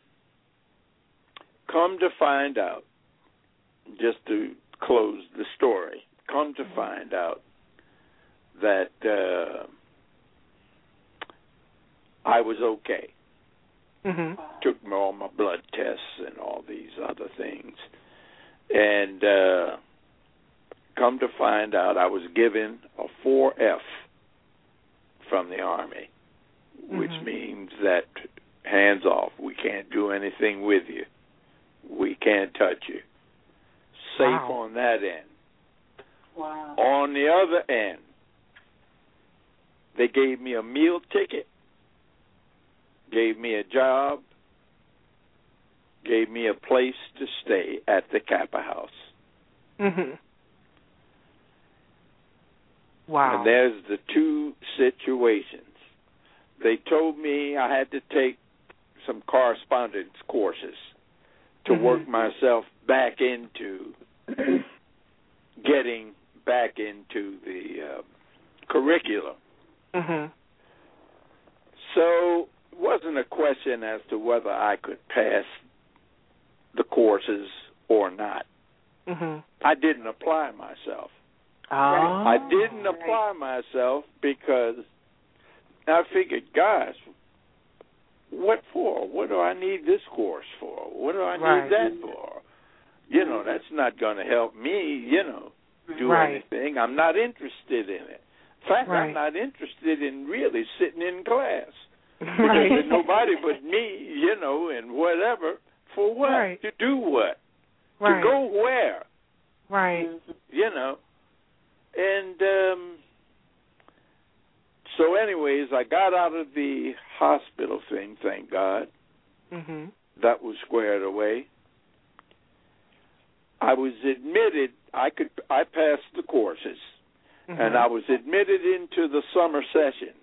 [SPEAKER 4] come to find out, just to close the story, come to find out that uh, I was okay.
[SPEAKER 2] Mhm.
[SPEAKER 4] Took me all my blood tests and all these other things. And uh, come to find out, I was given a 4F from the Army, which
[SPEAKER 2] Mhm.
[SPEAKER 4] means that hands off, we can't do anything with you, we can't touch you. Safe
[SPEAKER 2] Wow.
[SPEAKER 4] on that end.
[SPEAKER 3] wow.
[SPEAKER 4] On the other end, they gave me a meal ticket, gave me a job, gave me a place to stay at the Kappa House.
[SPEAKER 2] Mhm. Wow.
[SPEAKER 4] And there's the two situations. They told me I had to take some correspondence courses to
[SPEAKER 1] Mm-hmm.
[SPEAKER 2] Mhm.
[SPEAKER 4] work myself back into getting back into the uh, curriculum.
[SPEAKER 2] Mhm.
[SPEAKER 4] So it wasn't a question as to whether I could pass the courses or not.
[SPEAKER 1] Mhm.
[SPEAKER 4] I didn't apply myself.
[SPEAKER 1] Oh.
[SPEAKER 4] I didn't apply myself because I figured, guys, what for? What do I need this course for? What do I need
[SPEAKER 1] Right.
[SPEAKER 4] that for? You know, that's not going to help me, you know, do
[SPEAKER 1] Right.
[SPEAKER 4] anything. I'm not interested in it. In fact,
[SPEAKER 1] Right.
[SPEAKER 4] I'm not interested in really sitting in class. Because
[SPEAKER 1] Right.
[SPEAKER 4] there's nobody but me, you know, and whatever. For what?
[SPEAKER 1] Right.
[SPEAKER 4] To do what? To
[SPEAKER 1] Right.
[SPEAKER 4] go where?
[SPEAKER 1] Right.
[SPEAKER 4] you know and um so anyways i got out of the hospital thing thank god
[SPEAKER 1] Mhm.
[SPEAKER 4] that was squared away i was admitted i could i passed the courses
[SPEAKER 1] Mhm.
[SPEAKER 4] and i was admitted into the summer sessions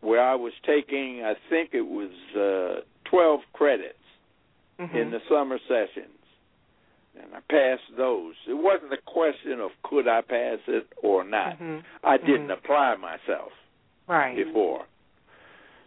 [SPEAKER 4] where i was taking i think it was uh 12 credits
[SPEAKER 1] Mhm.
[SPEAKER 4] in the summer sessions, and I passed those. It wasn't a question of could I pass it or not.
[SPEAKER 1] Mhm.
[SPEAKER 4] I didn't
[SPEAKER 1] Mhm.
[SPEAKER 4] apply myself
[SPEAKER 1] Right.
[SPEAKER 4] before.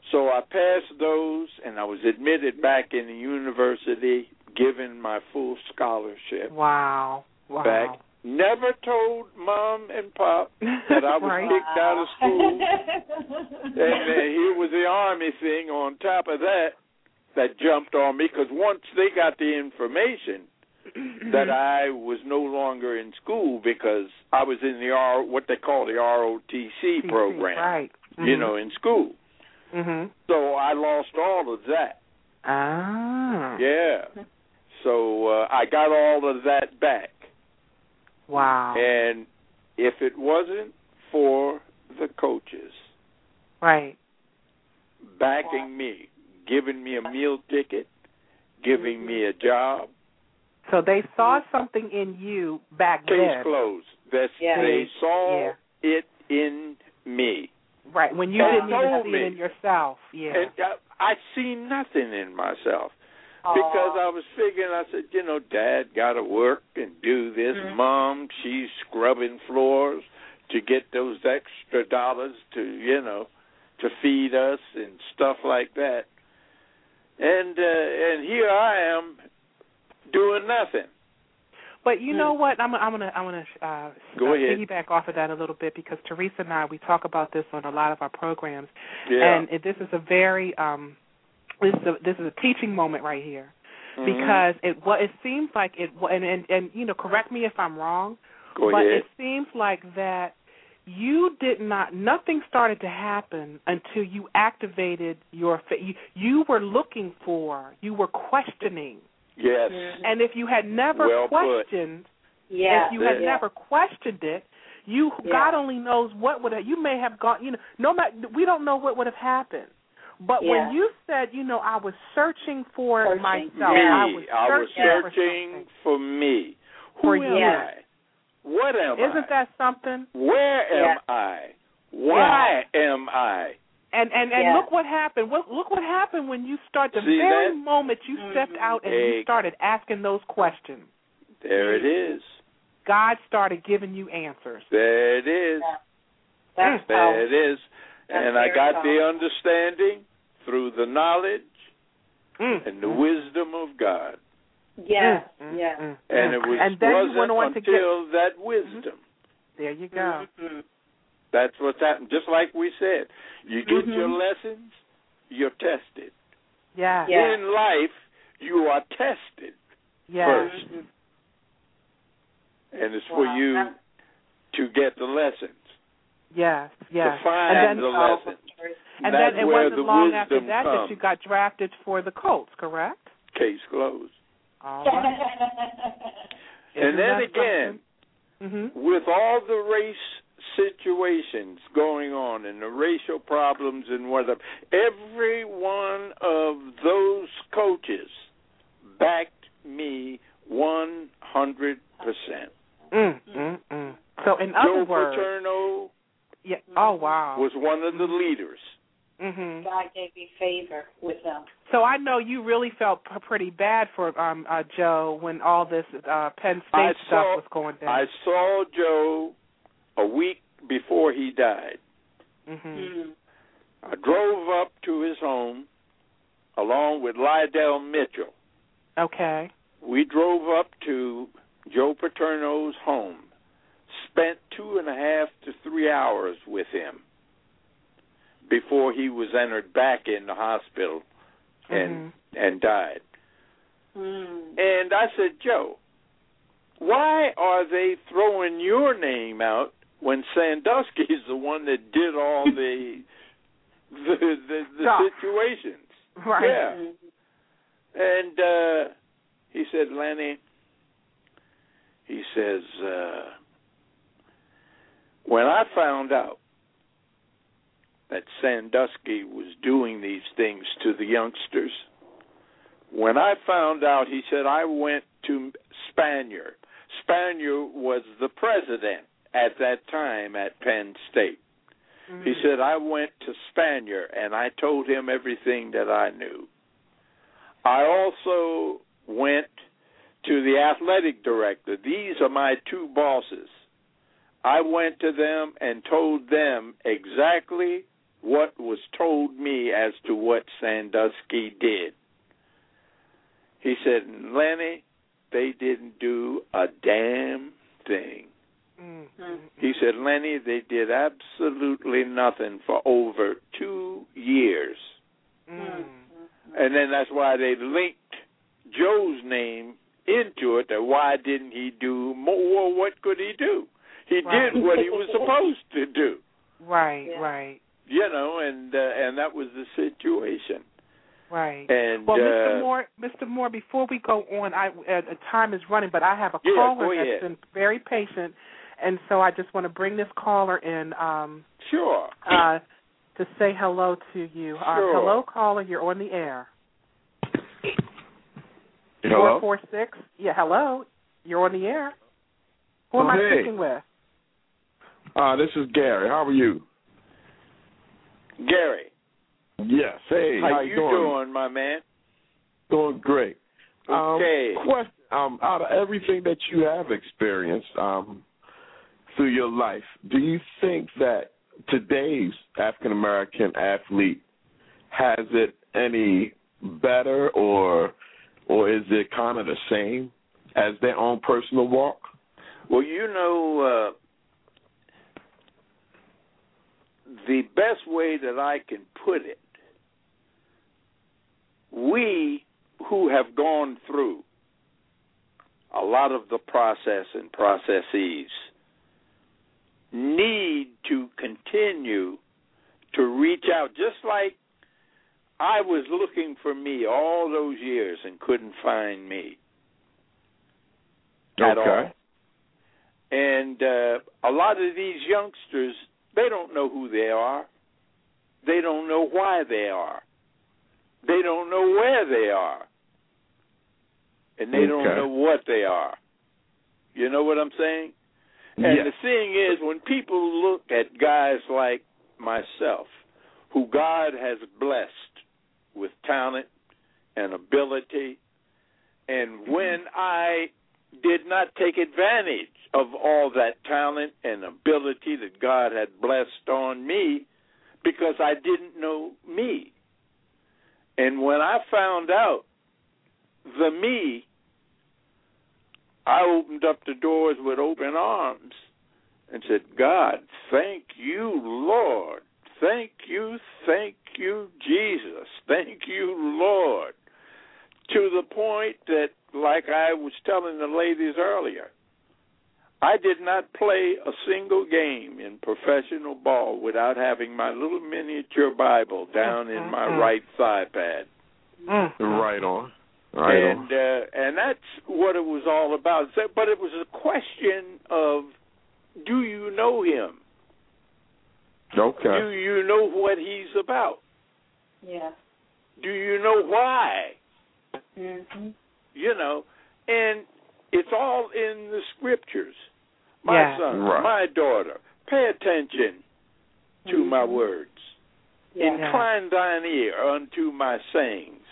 [SPEAKER 4] So I passed those, and I was admitted back in the university, given my full scholarship
[SPEAKER 1] Wow. Wow.
[SPEAKER 4] back. Never told mom and pop that I was
[SPEAKER 1] Right.
[SPEAKER 4] kicked out of school.
[SPEAKER 3] and
[SPEAKER 4] And then here was the army thing on top of that that jumped on me because once they got the information
[SPEAKER 1] Mm-hmm.
[SPEAKER 4] that I was no longer in school because I was in the R what they call the ROTC
[SPEAKER 1] TC,
[SPEAKER 4] program,
[SPEAKER 1] Right.
[SPEAKER 4] you
[SPEAKER 1] Mhm.
[SPEAKER 4] know, in school.
[SPEAKER 1] Mhm.
[SPEAKER 4] So I lost all of that.
[SPEAKER 1] Ah.
[SPEAKER 4] Yeah. So uh, I got all of that back.
[SPEAKER 1] Wow.
[SPEAKER 4] And if it wasn't for the coaches
[SPEAKER 1] Right.
[SPEAKER 4] backing me, giving me a meal ticket, giving me a job,
[SPEAKER 1] So they saw something in you back
[SPEAKER 4] Mm-hmm. case
[SPEAKER 1] then.
[SPEAKER 4] closed. That's,
[SPEAKER 3] Yeah.
[SPEAKER 4] They saw
[SPEAKER 1] Yeah.
[SPEAKER 4] it in me.
[SPEAKER 1] Right. When you
[SPEAKER 4] They
[SPEAKER 1] didn't even
[SPEAKER 4] told
[SPEAKER 1] see
[SPEAKER 4] me.
[SPEAKER 1] it in yourself. Yeah.
[SPEAKER 4] And uh, I, I seen nothing in myself because I was figuring. I said, you know, Dad got to work and do this.
[SPEAKER 3] Mhm.
[SPEAKER 4] Mom, she's scrubbing floors to get those extra dollars to you know to feed us and stuff like that. And uh, and here I am doing nothing.
[SPEAKER 1] But you know what? I'm I'm gonna I'm gonna uh,
[SPEAKER 4] Hmm. Go
[SPEAKER 1] uh,
[SPEAKER 4] ahead.
[SPEAKER 1] piggyback off of that a little bit because Teresa and I we talk about this on a lot of our programs,
[SPEAKER 4] Yeah.
[SPEAKER 1] and it, this is a very um this is a, this is a teaching moment right here
[SPEAKER 4] Mhm.
[SPEAKER 1] because it what it seems like it wa- and and and you know correct me if I'm wrong,
[SPEAKER 4] Go
[SPEAKER 1] but
[SPEAKER 4] ahead.
[SPEAKER 1] it seems like that you did not nothing started to happen until you activated your fa- you, you were looking for you were questioning
[SPEAKER 4] Yes.
[SPEAKER 1] and if you had never
[SPEAKER 4] Well put.
[SPEAKER 1] questioned
[SPEAKER 3] yeah.
[SPEAKER 1] if you had
[SPEAKER 4] Yeah.
[SPEAKER 1] never questioned it you
[SPEAKER 3] Yeah.
[SPEAKER 1] god only knows what would have you may have gone you know no matter we don't know what would have happened but
[SPEAKER 3] Yeah.
[SPEAKER 1] when you said you know i was searching for
[SPEAKER 3] Searching.
[SPEAKER 1] myself
[SPEAKER 4] me.
[SPEAKER 1] i was
[SPEAKER 4] I was
[SPEAKER 1] searching, for
[SPEAKER 4] searching
[SPEAKER 1] something."
[SPEAKER 4] for, me. Who
[SPEAKER 1] For
[SPEAKER 4] am
[SPEAKER 1] you.
[SPEAKER 4] I? What am I?
[SPEAKER 1] isn't that something
[SPEAKER 4] Where am I? Why am I?
[SPEAKER 1] And and and
[SPEAKER 3] Yeah.
[SPEAKER 1] look what happened. What look what happened when you start the
[SPEAKER 4] See
[SPEAKER 1] very
[SPEAKER 4] that?
[SPEAKER 1] moment you
[SPEAKER 3] Mhm.
[SPEAKER 1] stepped out and
[SPEAKER 4] Egg.
[SPEAKER 1] you started asking those questions.
[SPEAKER 4] There it is.
[SPEAKER 1] God started giving you answers.
[SPEAKER 4] There it is.
[SPEAKER 3] That's
[SPEAKER 1] Oh.
[SPEAKER 4] There
[SPEAKER 3] how,
[SPEAKER 4] it is.
[SPEAKER 3] That's
[SPEAKER 4] And I
[SPEAKER 3] very
[SPEAKER 4] got the
[SPEAKER 3] powerful.
[SPEAKER 4] understanding through the knowledge
[SPEAKER 1] Mm.
[SPEAKER 4] and the wisdom of God.
[SPEAKER 3] yeah,
[SPEAKER 4] Mm-hmm.
[SPEAKER 1] Mm,
[SPEAKER 3] yeah.
[SPEAKER 1] mm,
[SPEAKER 4] And
[SPEAKER 1] mm.
[SPEAKER 4] it was
[SPEAKER 1] and then
[SPEAKER 4] wasn't
[SPEAKER 1] you went on to
[SPEAKER 4] until Mm-hmm.
[SPEAKER 1] get Mm-hmm.
[SPEAKER 4] that wisdom.
[SPEAKER 1] there you go.
[SPEAKER 3] Mhm.
[SPEAKER 4] That's what's happened. Just like we said, you get
[SPEAKER 3] Mhm.
[SPEAKER 1] Mm-hmm.
[SPEAKER 4] your lessons, you're tested.
[SPEAKER 1] Yeah.
[SPEAKER 3] Yeah.
[SPEAKER 4] In life, you are tested,
[SPEAKER 1] Yeah.
[SPEAKER 4] First.
[SPEAKER 3] Mhm.
[SPEAKER 4] and it's
[SPEAKER 3] Wow.
[SPEAKER 4] for you
[SPEAKER 3] That's
[SPEAKER 4] to get the lessons,
[SPEAKER 1] Yes. Yes.
[SPEAKER 4] to find
[SPEAKER 1] And then-
[SPEAKER 4] the
[SPEAKER 1] oh,
[SPEAKER 4] lessons.
[SPEAKER 3] very-
[SPEAKER 1] And
[SPEAKER 4] That's
[SPEAKER 1] then it
[SPEAKER 4] where
[SPEAKER 1] wasn't
[SPEAKER 4] the
[SPEAKER 1] long
[SPEAKER 4] wisdom
[SPEAKER 1] after that
[SPEAKER 4] comes.
[SPEAKER 1] that you got drafted for the Colts, correct?
[SPEAKER 4] Case closed.
[SPEAKER 1] All right.
[SPEAKER 4] And then again,
[SPEAKER 1] hmm
[SPEAKER 4] with all the race situations going on and the racial problems and whatever, every one of those coaches backed me 100%.
[SPEAKER 1] Mm, mm, mm. So in other
[SPEAKER 4] Joe
[SPEAKER 1] words,
[SPEAKER 4] Paterno
[SPEAKER 1] yeah. Oh wow.
[SPEAKER 4] was one of the
[SPEAKER 1] Mm-hmm.
[SPEAKER 4] leaders.
[SPEAKER 1] hmm
[SPEAKER 3] God gave me favor with them.
[SPEAKER 1] So I know you really felt p- pretty bad for um uh Joe when all this uh Penn State
[SPEAKER 4] I
[SPEAKER 1] stuff
[SPEAKER 4] saw-
[SPEAKER 1] was going
[SPEAKER 4] I
[SPEAKER 1] down.
[SPEAKER 4] saw Joe a week before he died.
[SPEAKER 1] hmm
[SPEAKER 3] Mm-hmm.
[SPEAKER 4] Mm-hmm. uh, I drove up to his home along with Lydell Mitchell,
[SPEAKER 1] Okay.
[SPEAKER 4] We drove up to Joe Paterno's home, spent two and a half to three hours with him before he was entered back in the hospital and
[SPEAKER 1] Mm-hmm.
[SPEAKER 4] and died.
[SPEAKER 3] Mm.
[SPEAKER 4] And I said, Joe, why are they throwing your name out when Sandusky's the one that did all the the the,
[SPEAKER 1] Stuff.
[SPEAKER 4] the situations?
[SPEAKER 1] Right.
[SPEAKER 4] Yeah.
[SPEAKER 3] Mm-hmm.
[SPEAKER 4] And uh he said, Lenny, he says, uh when I found out that Sandusky was doing these things to the youngsters, when I found out, he said, I went to Spanier. Spanier was the president at that time at Penn State. He
[SPEAKER 1] Mm-hmm.
[SPEAKER 4] said, I went to Spanier and I told him everything that I knew. I also went to the athletic director. These are my two bosses. I went to them and told them exactly what was told me as to what Sandusky did. He said, Lenny, they didn't do a damn thing.
[SPEAKER 1] Mm.
[SPEAKER 3] Mm.
[SPEAKER 4] He said, Lenny, they did absolutely nothing for over two years.
[SPEAKER 1] Mm.
[SPEAKER 4] And then that's why they linked Joe's name into it. That why didn't he do more? Well, what could he do? He
[SPEAKER 1] Right.
[SPEAKER 4] did what he was supposed to do,
[SPEAKER 1] Right.
[SPEAKER 3] Yeah.
[SPEAKER 1] Right.
[SPEAKER 4] you know, and uh, and that was the situation.
[SPEAKER 1] Right.
[SPEAKER 4] And
[SPEAKER 1] Well,
[SPEAKER 4] uh,
[SPEAKER 1] Mr. Moore, Mr. Moore, before we go on, I uh, uh, time is running, but I have a
[SPEAKER 4] Yeah, go
[SPEAKER 1] caller
[SPEAKER 4] ahead.
[SPEAKER 1] that's been very patient, and so I just want to bring this caller in um,
[SPEAKER 4] sure,
[SPEAKER 1] uh, to say hello to you. Uh,
[SPEAKER 4] Sure.
[SPEAKER 1] Hello, caller, you're on the air. Four four six. Yeah, hello, you're on the air. Who am
[SPEAKER 5] Oh,
[SPEAKER 1] I
[SPEAKER 5] hey.
[SPEAKER 1] speaking with?
[SPEAKER 5] Uh, this is Gary. How are you?
[SPEAKER 4] Gary,
[SPEAKER 5] Yes. Hey,
[SPEAKER 4] how,
[SPEAKER 5] how
[SPEAKER 4] you
[SPEAKER 5] doing?
[SPEAKER 4] my man?
[SPEAKER 5] Doing great.
[SPEAKER 4] Okay.
[SPEAKER 5] Um, question, um, out of everything that you have experienced um, through your life, do you think that today's African American athlete has it any better, or or is it kind of the same as their own personal walk?
[SPEAKER 4] Well, you know, uh, the best way that I can put it, we who have gone through a lot of the process and processes need to continue to reach out, just like I was looking for me all those years and couldn't find me at
[SPEAKER 5] okay.
[SPEAKER 4] all. And uh, a lot of these youngsters, they don't know who they are. They don't know why they are. They don't know where they are. And they don't
[SPEAKER 5] Okay.
[SPEAKER 4] know what they are. You know what I'm saying? And
[SPEAKER 5] Yes.
[SPEAKER 4] the thing is, when people look at guys like myself, who God has blessed with talent and ability, and when I did not take advantage of all that talent and ability that God had blessed on me because I didn't know me. And when I found out the me, I opened up the doors with open arms and said, God, thank you, Lord. Thank you, thank you, Jesus. Thank you, Lord. To the point that, like I was telling the ladies earlier, I did not play a single game in professional ball without having my little miniature Bible down in my
[SPEAKER 1] Mhm.
[SPEAKER 4] right thigh pad
[SPEAKER 1] Mm.
[SPEAKER 5] Right on. Right
[SPEAKER 4] and
[SPEAKER 5] on.
[SPEAKER 4] Uh, and that's what it was all about. So- But it was a question of, do you know him?
[SPEAKER 5] Okay.
[SPEAKER 4] Do you know what he's about?
[SPEAKER 3] Yeah.
[SPEAKER 4] Do you know why?
[SPEAKER 3] Mhm.
[SPEAKER 4] You know, and it's all in the scriptures. My
[SPEAKER 1] Yeah.
[SPEAKER 4] son,
[SPEAKER 5] Right.
[SPEAKER 4] my daughter, pay attention to my
[SPEAKER 3] Mhm.
[SPEAKER 4] words.
[SPEAKER 3] Yeah.
[SPEAKER 1] Yeah.
[SPEAKER 4] Incline thine ear unto my sayings.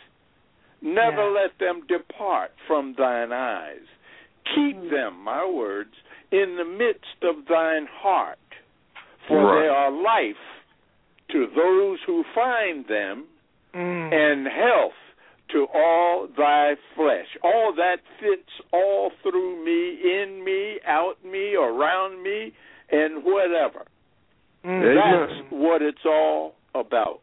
[SPEAKER 4] Never
[SPEAKER 1] Yeah.
[SPEAKER 4] let them depart from thine eyes. Keep
[SPEAKER 3] Mm.
[SPEAKER 4] them, my words, in the midst of thine heart, for
[SPEAKER 5] Right.
[SPEAKER 4] they are life to those who find them
[SPEAKER 1] Mm.
[SPEAKER 4] and health to all thy flesh. All that fits all through me, in me, out me, around me, and whatever.
[SPEAKER 6] Amen.
[SPEAKER 1] Mm.
[SPEAKER 4] That's what it's all about.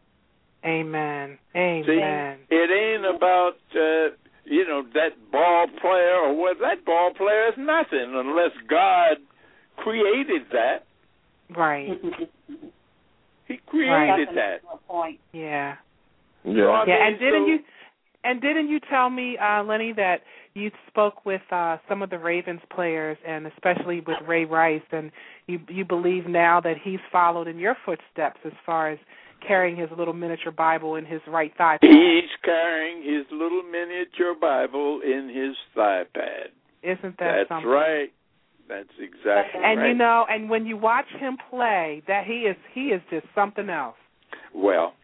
[SPEAKER 1] Amen. Amen.
[SPEAKER 4] See, it ain't about uh, you know that ball player or what. That ball player is nothing unless God created that.
[SPEAKER 1] Right.
[SPEAKER 4] He created
[SPEAKER 3] That's
[SPEAKER 4] that.
[SPEAKER 3] another point.
[SPEAKER 1] Yeah.
[SPEAKER 6] Yeah.
[SPEAKER 4] I mean,
[SPEAKER 1] yeah. And didn't
[SPEAKER 4] so-
[SPEAKER 1] you? And didn't you tell me, uh, Lenny, that you spoke with uh, some of the Ravens players, and especially with Ray Rice, and you you believe now that he's followed in your footsteps as far as carrying his little miniature Bible in his right thigh. pad.
[SPEAKER 4] He's carrying his little miniature Bible in his thigh pad.
[SPEAKER 1] Isn't
[SPEAKER 4] That's
[SPEAKER 1] that something?
[SPEAKER 4] right. That's exactly
[SPEAKER 1] And
[SPEAKER 4] right.
[SPEAKER 1] you know, and when you watch him play, that he is he is just something else.
[SPEAKER 4] well,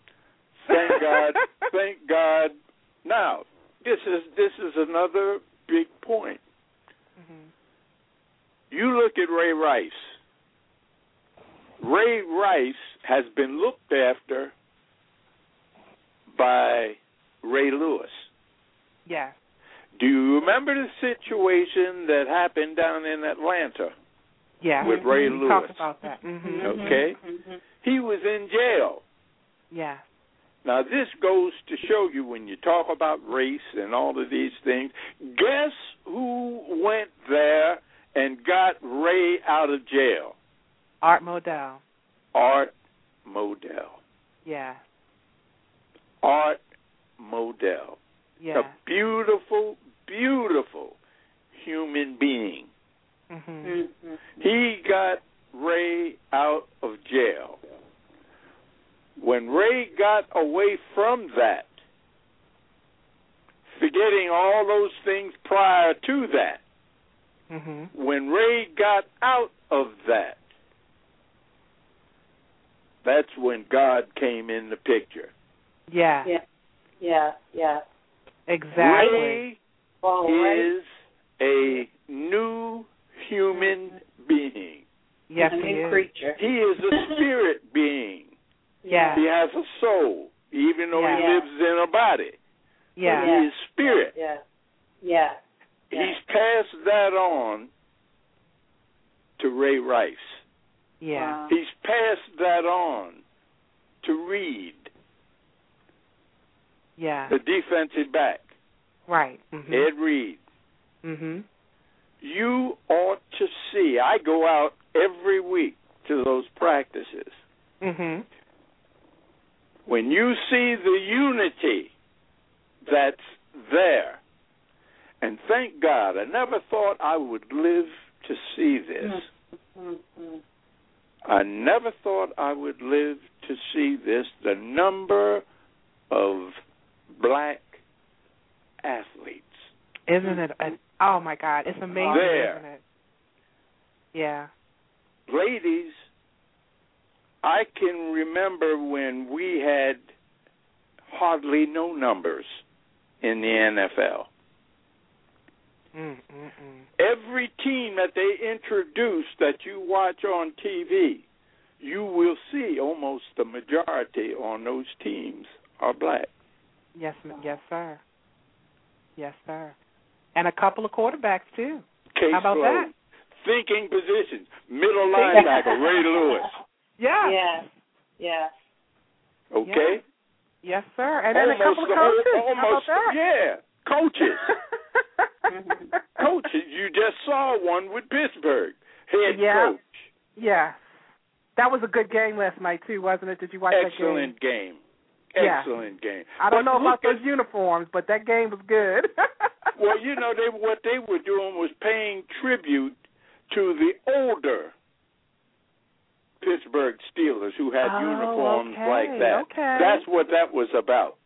[SPEAKER 4] thank God, thank God. Now, this is this is another big point.
[SPEAKER 1] hmm
[SPEAKER 4] You look at Ray Rice. Ray Rice has been looked after by Ray Lewis.
[SPEAKER 1] Yeah.
[SPEAKER 4] Do you remember the situation that happened down in Atlanta?
[SPEAKER 1] Yeah.
[SPEAKER 4] With Ray
[SPEAKER 1] we talked
[SPEAKER 4] Lewis.
[SPEAKER 1] about that. hmm
[SPEAKER 4] Mhm. Okay.
[SPEAKER 3] Mhm.
[SPEAKER 4] He was in jail.
[SPEAKER 1] Yeah.
[SPEAKER 4] Now, this goes to show you when you talk about race and all of these things. Guess who went there and got Ray out of jail?
[SPEAKER 1] Art Modell.
[SPEAKER 4] Art Modell.
[SPEAKER 1] Yeah.
[SPEAKER 4] Art Modell.
[SPEAKER 1] Yeah.
[SPEAKER 4] A beautiful, beautiful human being.
[SPEAKER 1] Mhm.
[SPEAKER 3] Mhm.
[SPEAKER 4] He got Ray out of jail. When Ray got away from that, forgetting all those things prior to that,
[SPEAKER 1] Mhm.
[SPEAKER 4] when Ray got out of that, that's when God came in the picture.
[SPEAKER 1] Yeah.
[SPEAKER 3] Yeah. Yeah, yeah.
[SPEAKER 1] Exactly.
[SPEAKER 3] Well, right.
[SPEAKER 4] Ray is a new human being.
[SPEAKER 1] Yes,
[SPEAKER 3] a
[SPEAKER 1] he
[SPEAKER 3] new
[SPEAKER 1] is.
[SPEAKER 3] creature.
[SPEAKER 4] He is a spirit being.
[SPEAKER 1] Yeah.
[SPEAKER 4] He has a soul, even though he
[SPEAKER 1] Yeah.
[SPEAKER 4] lives in a body.
[SPEAKER 1] Yeah.
[SPEAKER 4] He is spirit.
[SPEAKER 3] Yeah. Yeah. Yeah.
[SPEAKER 4] He's passed that on to Ray Rice.
[SPEAKER 1] Yeah.
[SPEAKER 3] Wow.
[SPEAKER 4] He's passed that on to Reed,
[SPEAKER 1] Yeah.
[SPEAKER 4] the defensive back,
[SPEAKER 1] Right. Mhm.
[SPEAKER 4] Ed Reed.
[SPEAKER 1] Mhm.
[SPEAKER 4] You ought to see. I go out every week to those practices.
[SPEAKER 1] Mhm.
[SPEAKER 4] when you see the unity that's there, and thank God, I never thought I would live to see this.
[SPEAKER 3] Mhm.
[SPEAKER 4] I never thought I would live to see this. The number of black athletes.
[SPEAKER 1] Isn't it? A, oh my God! It's amazing,
[SPEAKER 4] Mm-hmm. There.
[SPEAKER 1] isn't it? Yeah.
[SPEAKER 4] Ladies, I can remember when we had hardly no numbers in the NFL.
[SPEAKER 1] Mm. Mm. mm.
[SPEAKER 4] every team that they introduce that you watch on TV, you will see almost the majority on those teams are black.
[SPEAKER 1] Yes. m- Yes, sir. Yes, sir. And a couple of quarterbacks too.
[SPEAKER 4] Case
[SPEAKER 1] How about
[SPEAKER 4] closed.
[SPEAKER 1] that?
[SPEAKER 4] Thinking positions, middle linebacker Ray Lewis.
[SPEAKER 7] Ah.
[SPEAKER 1] Yeah.
[SPEAKER 3] Yeah. Yeah.
[SPEAKER 4] Okay,
[SPEAKER 1] Yes, sir. And then a
[SPEAKER 4] almost
[SPEAKER 1] couple of
[SPEAKER 4] the whole-
[SPEAKER 1] coaches. How about
[SPEAKER 4] almost
[SPEAKER 1] that?
[SPEAKER 4] yeah, coaches,
[SPEAKER 3] Mhm.
[SPEAKER 4] coaches. You just saw one with Pittsburgh head
[SPEAKER 1] Yeah.
[SPEAKER 4] coach.
[SPEAKER 1] Yeah. That was a good game last night too, wasn't it? Did you watch that game?
[SPEAKER 4] Excellent game.
[SPEAKER 1] Yeah.
[SPEAKER 4] Excellent game.
[SPEAKER 1] I don't
[SPEAKER 4] But
[SPEAKER 1] know about
[SPEAKER 4] look at-
[SPEAKER 1] those uniforms, but that game was good.
[SPEAKER 4] Well, you know, they what they were doing was paying tribute to the older Pittsburgh Steelers who had
[SPEAKER 1] Oh,
[SPEAKER 4] uniforms
[SPEAKER 1] okay,
[SPEAKER 4] like that.
[SPEAKER 1] okay.
[SPEAKER 4] That's what that was about.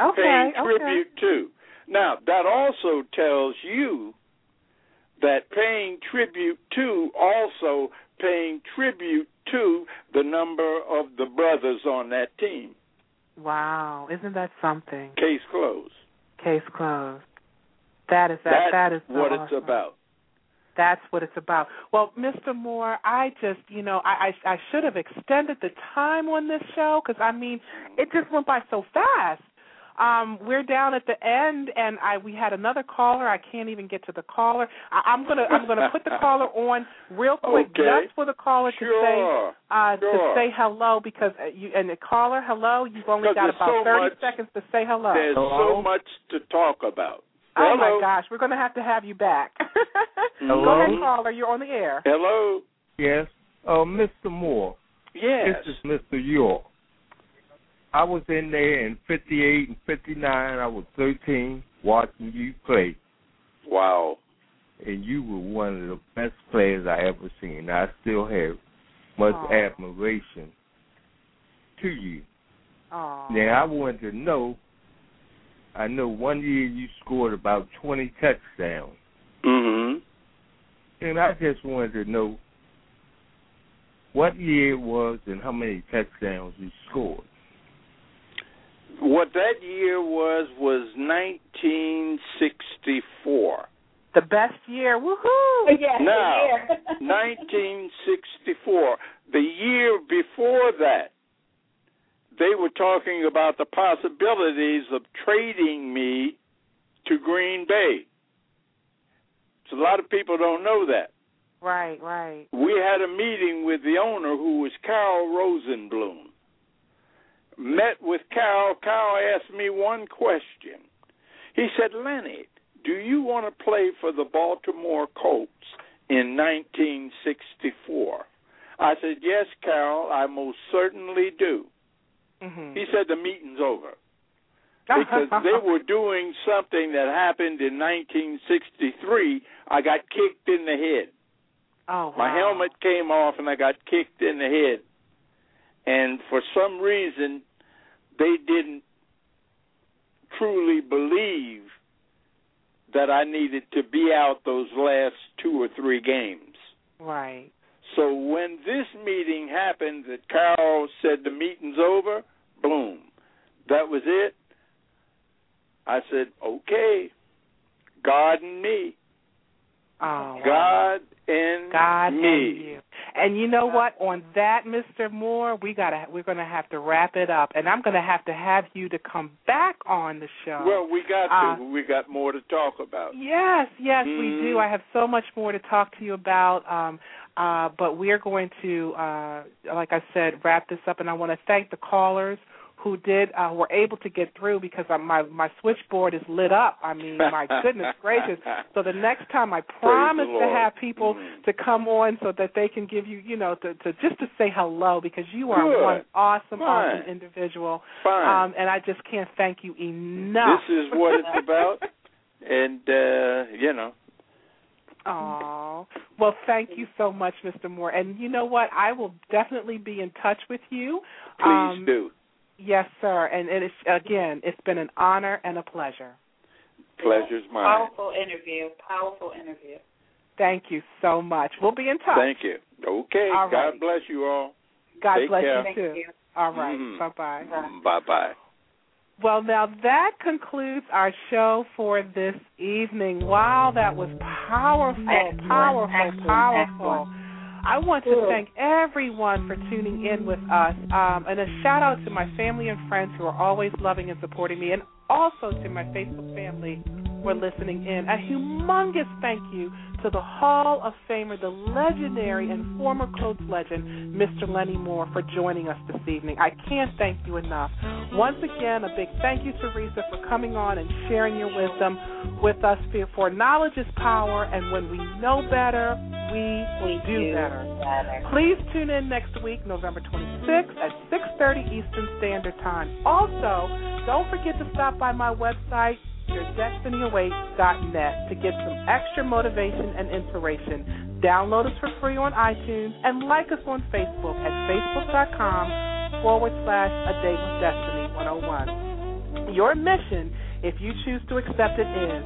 [SPEAKER 1] okay,
[SPEAKER 4] paying
[SPEAKER 1] okay.
[SPEAKER 4] tribute to. Now, that also tells you that paying tribute to also paying tribute to the number of the brothers on that team.
[SPEAKER 1] Wow, isn't that something?
[SPEAKER 4] Case closed.
[SPEAKER 1] Case closed. That is that.
[SPEAKER 4] That's
[SPEAKER 1] That is so
[SPEAKER 4] what it's
[SPEAKER 1] awesome.
[SPEAKER 4] about.
[SPEAKER 1] That's what it's about. Well, Mr. Moore, I just, you know, I I, I should have extended the time on this show because I mean, it just went by so fast. um, we're down at the end, and I we had another caller. I can't even get to the caller. I, I'm gonna I'm gonna put the caller on real quick
[SPEAKER 4] Okay.
[SPEAKER 1] just for the caller
[SPEAKER 4] Sure.
[SPEAKER 1] to say uh,
[SPEAKER 4] Sure.
[SPEAKER 1] to say hello because uh, you and the caller hello. You've only
[SPEAKER 4] 'Cause
[SPEAKER 1] got
[SPEAKER 4] there's
[SPEAKER 1] about
[SPEAKER 4] so
[SPEAKER 1] thirty
[SPEAKER 4] much-
[SPEAKER 1] seconds to say hello.
[SPEAKER 4] There's
[SPEAKER 5] Hello?
[SPEAKER 4] so much to talk about.
[SPEAKER 1] Oh my
[SPEAKER 4] Hello?
[SPEAKER 1] gosh, we're gonna have to have you back.
[SPEAKER 7] Hello?
[SPEAKER 1] Go ahead, caller. You're on the air.
[SPEAKER 4] Hello?
[SPEAKER 7] Yes. Uh, Mr. Moore,
[SPEAKER 4] Yes.
[SPEAKER 7] this is Mr. York. I was in there in 58 and 59. I was 13 watching you play,
[SPEAKER 4] Wow.
[SPEAKER 7] and you were one of the best players I ever seen. I still have much
[SPEAKER 1] Aw.
[SPEAKER 7] admiration to you.
[SPEAKER 1] Aw.
[SPEAKER 7] Now, I wanted to know, I know one year you scored about 20 touchdowns.
[SPEAKER 4] Mm-hmm.
[SPEAKER 7] And I just wanted to know what year it was and how many touchdowns you scored.
[SPEAKER 4] What that year was was 1964.
[SPEAKER 1] The best year. Woohoo!
[SPEAKER 3] Yes,
[SPEAKER 4] Now,
[SPEAKER 3] yeah.
[SPEAKER 4] 1964. The year before that, they were talking about the possibilities of trading me to Green Bay. So a lot of people don't know that.
[SPEAKER 1] Right, right.
[SPEAKER 4] we had a meeting with the owner who was Carl Rosenblum. Met with Carl. Carl asked me one question. He said, Lenny, do you want to play for the Baltimore Colts in 1964? I said, Yes, Carl, I most certainly do.
[SPEAKER 1] Mm-hmm.
[SPEAKER 4] He said, The meeting's over because they were doing something that happened in 1963. I got kicked in the head.
[SPEAKER 1] Oh,
[SPEAKER 4] My
[SPEAKER 1] wow.
[SPEAKER 4] helmet came off and I got kicked in the head. And for some reason, they didn't truly believe that I needed to be out those last two or three games.
[SPEAKER 1] Right.
[SPEAKER 4] So when this meeting happened, that Carl said the meeting's over, boom, that was it. I said, okay, God and me,
[SPEAKER 1] Oh, wow.
[SPEAKER 4] God Mm-hmm. and
[SPEAKER 1] God
[SPEAKER 4] me.
[SPEAKER 1] and you. And you know what? On that, Mr. Moore, we gotta we're gonna have to wrap it up, and I'm gonna have to have you to come back on the show.
[SPEAKER 4] Well, we got
[SPEAKER 1] Uh,
[SPEAKER 4] to. we got more to talk about.
[SPEAKER 1] Yes, yes,
[SPEAKER 4] Mhm.
[SPEAKER 1] we do. I have so much more to talk to you about. Um, uh, but we're going to, uh, like I said, wrap this up, and I want to thank the callers who did uh, were able to get through because I, my my switchboard is lit up. I mean, my goodness gracious! So the next time, I promise to
[SPEAKER 4] Lord.
[SPEAKER 1] have people
[SPEAKER 4] Mhm.
[SPEAKER 1] to come on so that they can give you, you know, to, to just to say hello because you are
[SPEAKER 4] Good.
[SPEAKER 1] one awesome,
[SPEAKER 4] Fine.
[SPEAKER 1] awesome individual.
[SPEAKER 4] Fine.
[SPEAKER 1] Um, and I just can't thank you enough.
[SPEAKER 4] This is what it's about. and uh, you know,
[SPEAKER 1] Oh, well, thank you so much, Mr. Moore. And you know what? I will definitely be in touch with you.
[SPEAKER 4] please
[SPEAKER 1] Um,
[SPEAKER 4] do.
[SPEAKER 1] Yes, sir. And it is, again, it's been an honor and a pleasure.
[SPEAKER 4] Pleasure's mine.
[SPEAKER 3] Powerful interview. Powerful interview.
[SPEAKER 1] Thank you so much. We'll be in touch.
[SPEAKER 4] Thank you. Okay.
[SPEAKER 1] All
[SPEAKER 4] God
[SPEAKER 1] right.
[SPEAKER 4] bless you all.
[SPEAKER 1] God
[SPEAKER 4] Take
[SPEAKER 1] bless
[SPEAKER 4] care.
[SPEAKER 1] you
[SPEAKER 3] Thank
[SPEAKER 1] too.
[SPEAKER 3] you.
[SPEAKER 1] All right.
[SPEAKER 4] Mhm.
[SPEAKER 1] Bye-bye.
[SPEAKER 4] Bye bye.
[SPEAKER 1] Well, now that concludes our show for this evening. Wow, that was powerful,
[SPEAKER 3] Excellent,
[SPEAKER 1] powerful,
[SPEAKER 3] excellent,
[SPEAKER 1] powerful. I want to
[SPEAKER 3] Good.
[SPEAKER 1] thank everyone for tuning in with us, um, and a shout out to my family and friends who are always loving and supporting me, and also to my Facebook family for listening in. A humongous thank you to the Hall of Famer, the legendary and former Colts legend, Mr. Lenny Moore, for joining us this evening. I can't thank you enough. Once again, a big thank you, Teresa, for coming on and sharing your wisdom with us. For- For knowledge is power, and when we know better, we,
[SPEAKER 3] We
[SPEAKER 1] do better.
[SPEAKER 3] better.
[SPEAKER 1] Please tune in next week, November 26th at 6:30 Eastern Standard Time. Also, don't forget to stop by my website, yourdestinyawaits.net, to get some extra motivation and inspiration. Download us for free on iTunes and like us on Facebook at facebook.com forward slash a date with destiny 101. Your mission, if you choose to accept it, is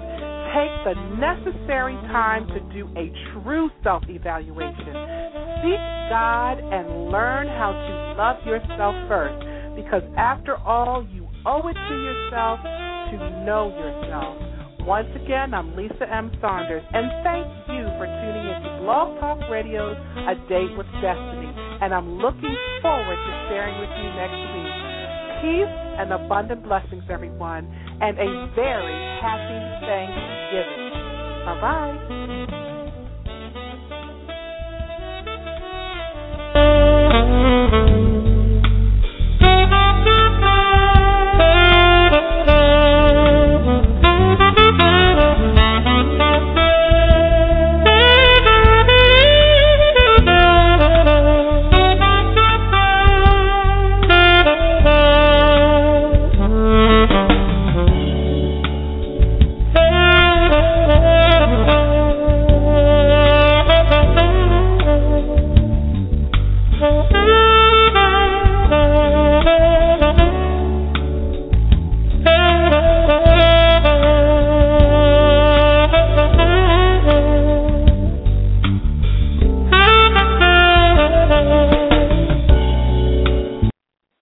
[SPEAKER 1] take the necessary time to do a true self evaluation. Seek God and learn how to love yourself first because, after all, you owe it to yourself to know yourself. Once again, I'm Lisa M. Saunders, and thank you for tuning in to Blog Talk Radio's A Date with Destiny. And I'm looking forward to sharing with you next week. peace and abundant blessings, everyone, and a very happy Thanksgiving. Bye bye.